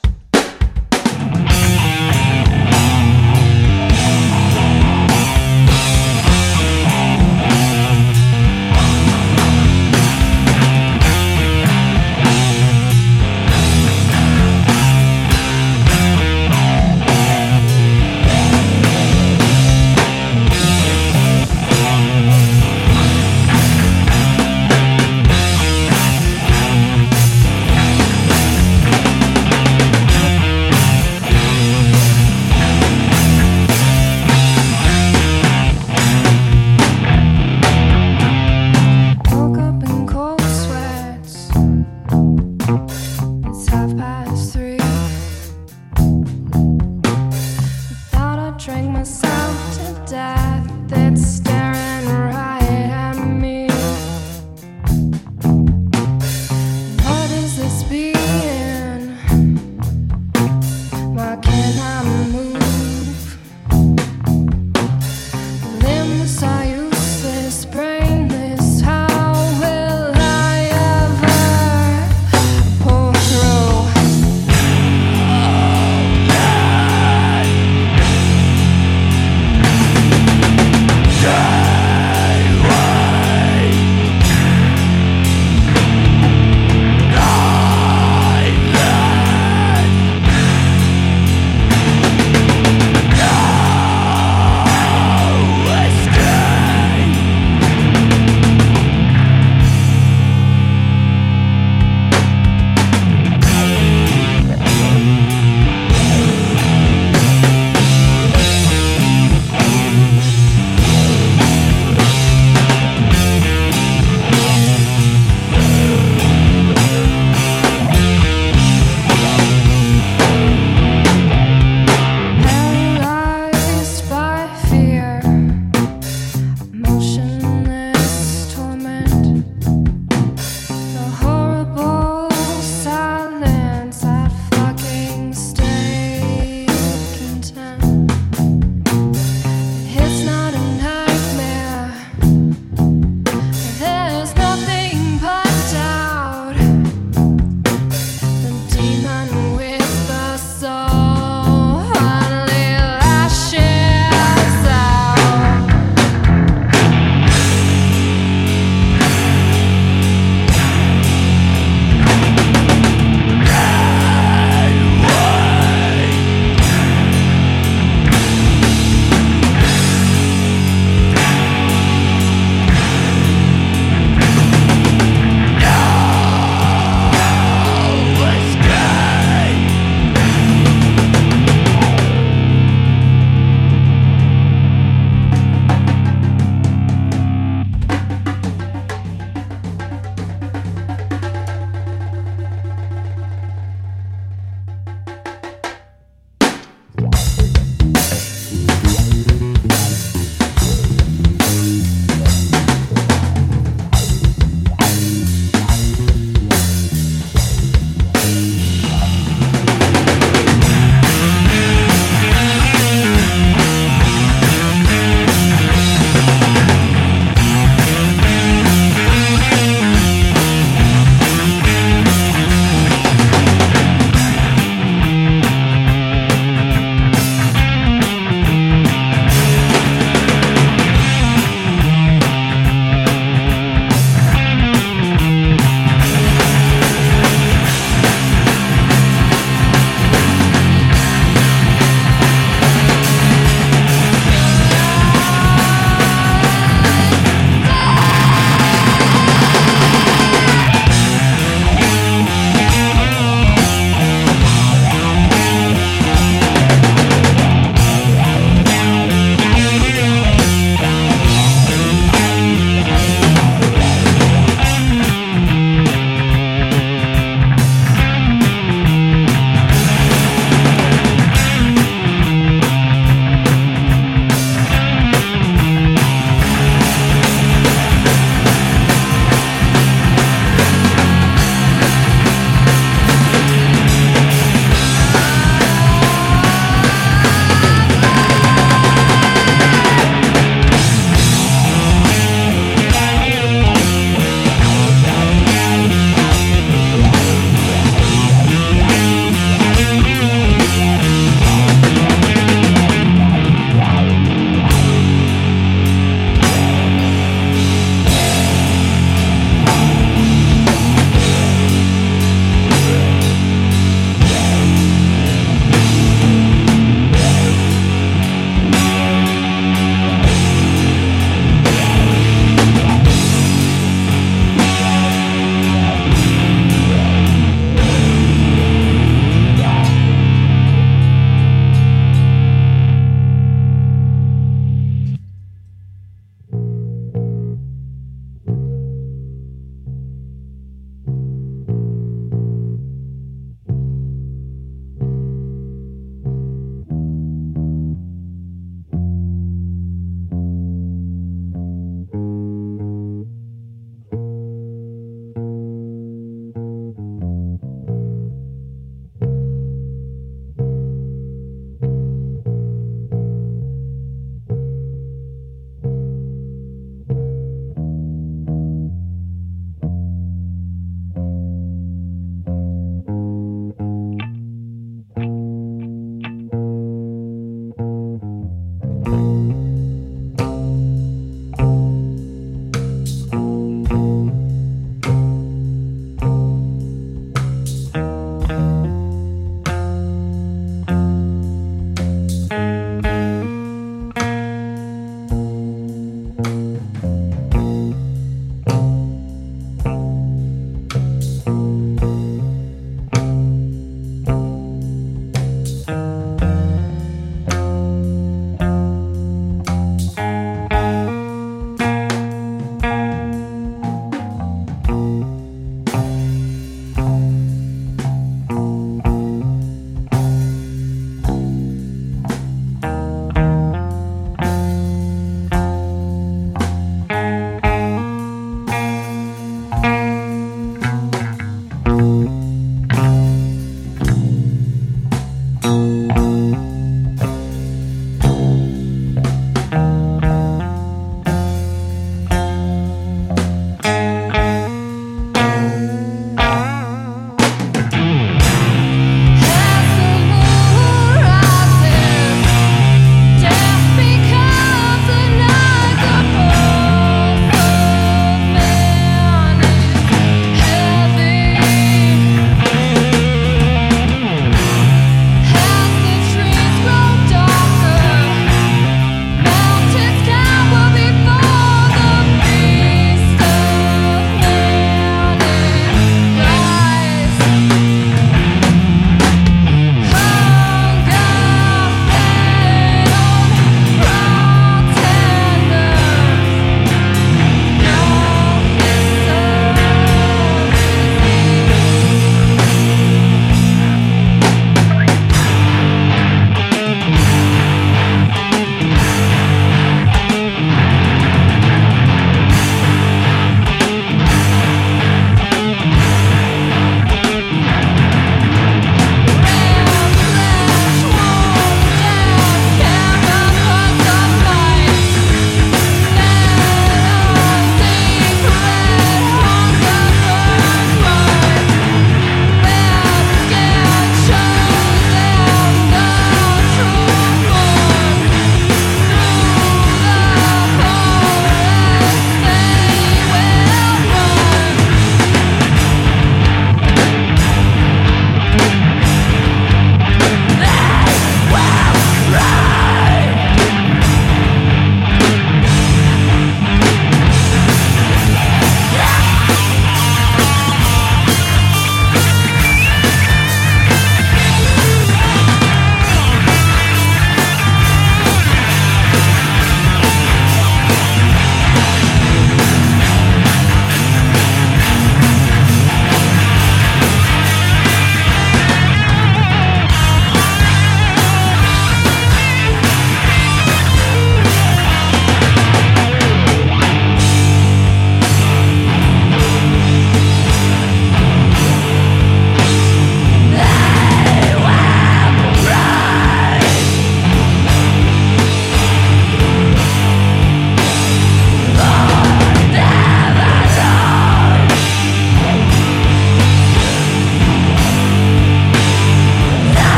C: Woke up in cold sweats. It's half past three. Thought I drank myself to death. It's staring right at me. What is this being? Why can't I move? Limbs are useless, brainless. How will I ever pull through?
F: Die!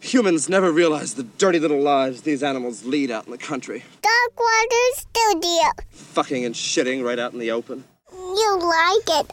F: Humans never realize the dirty little lives these animals lead out in the country.
I: Dark Water Studio.
F: Fucking and shitting right out in the open.
I: You like it.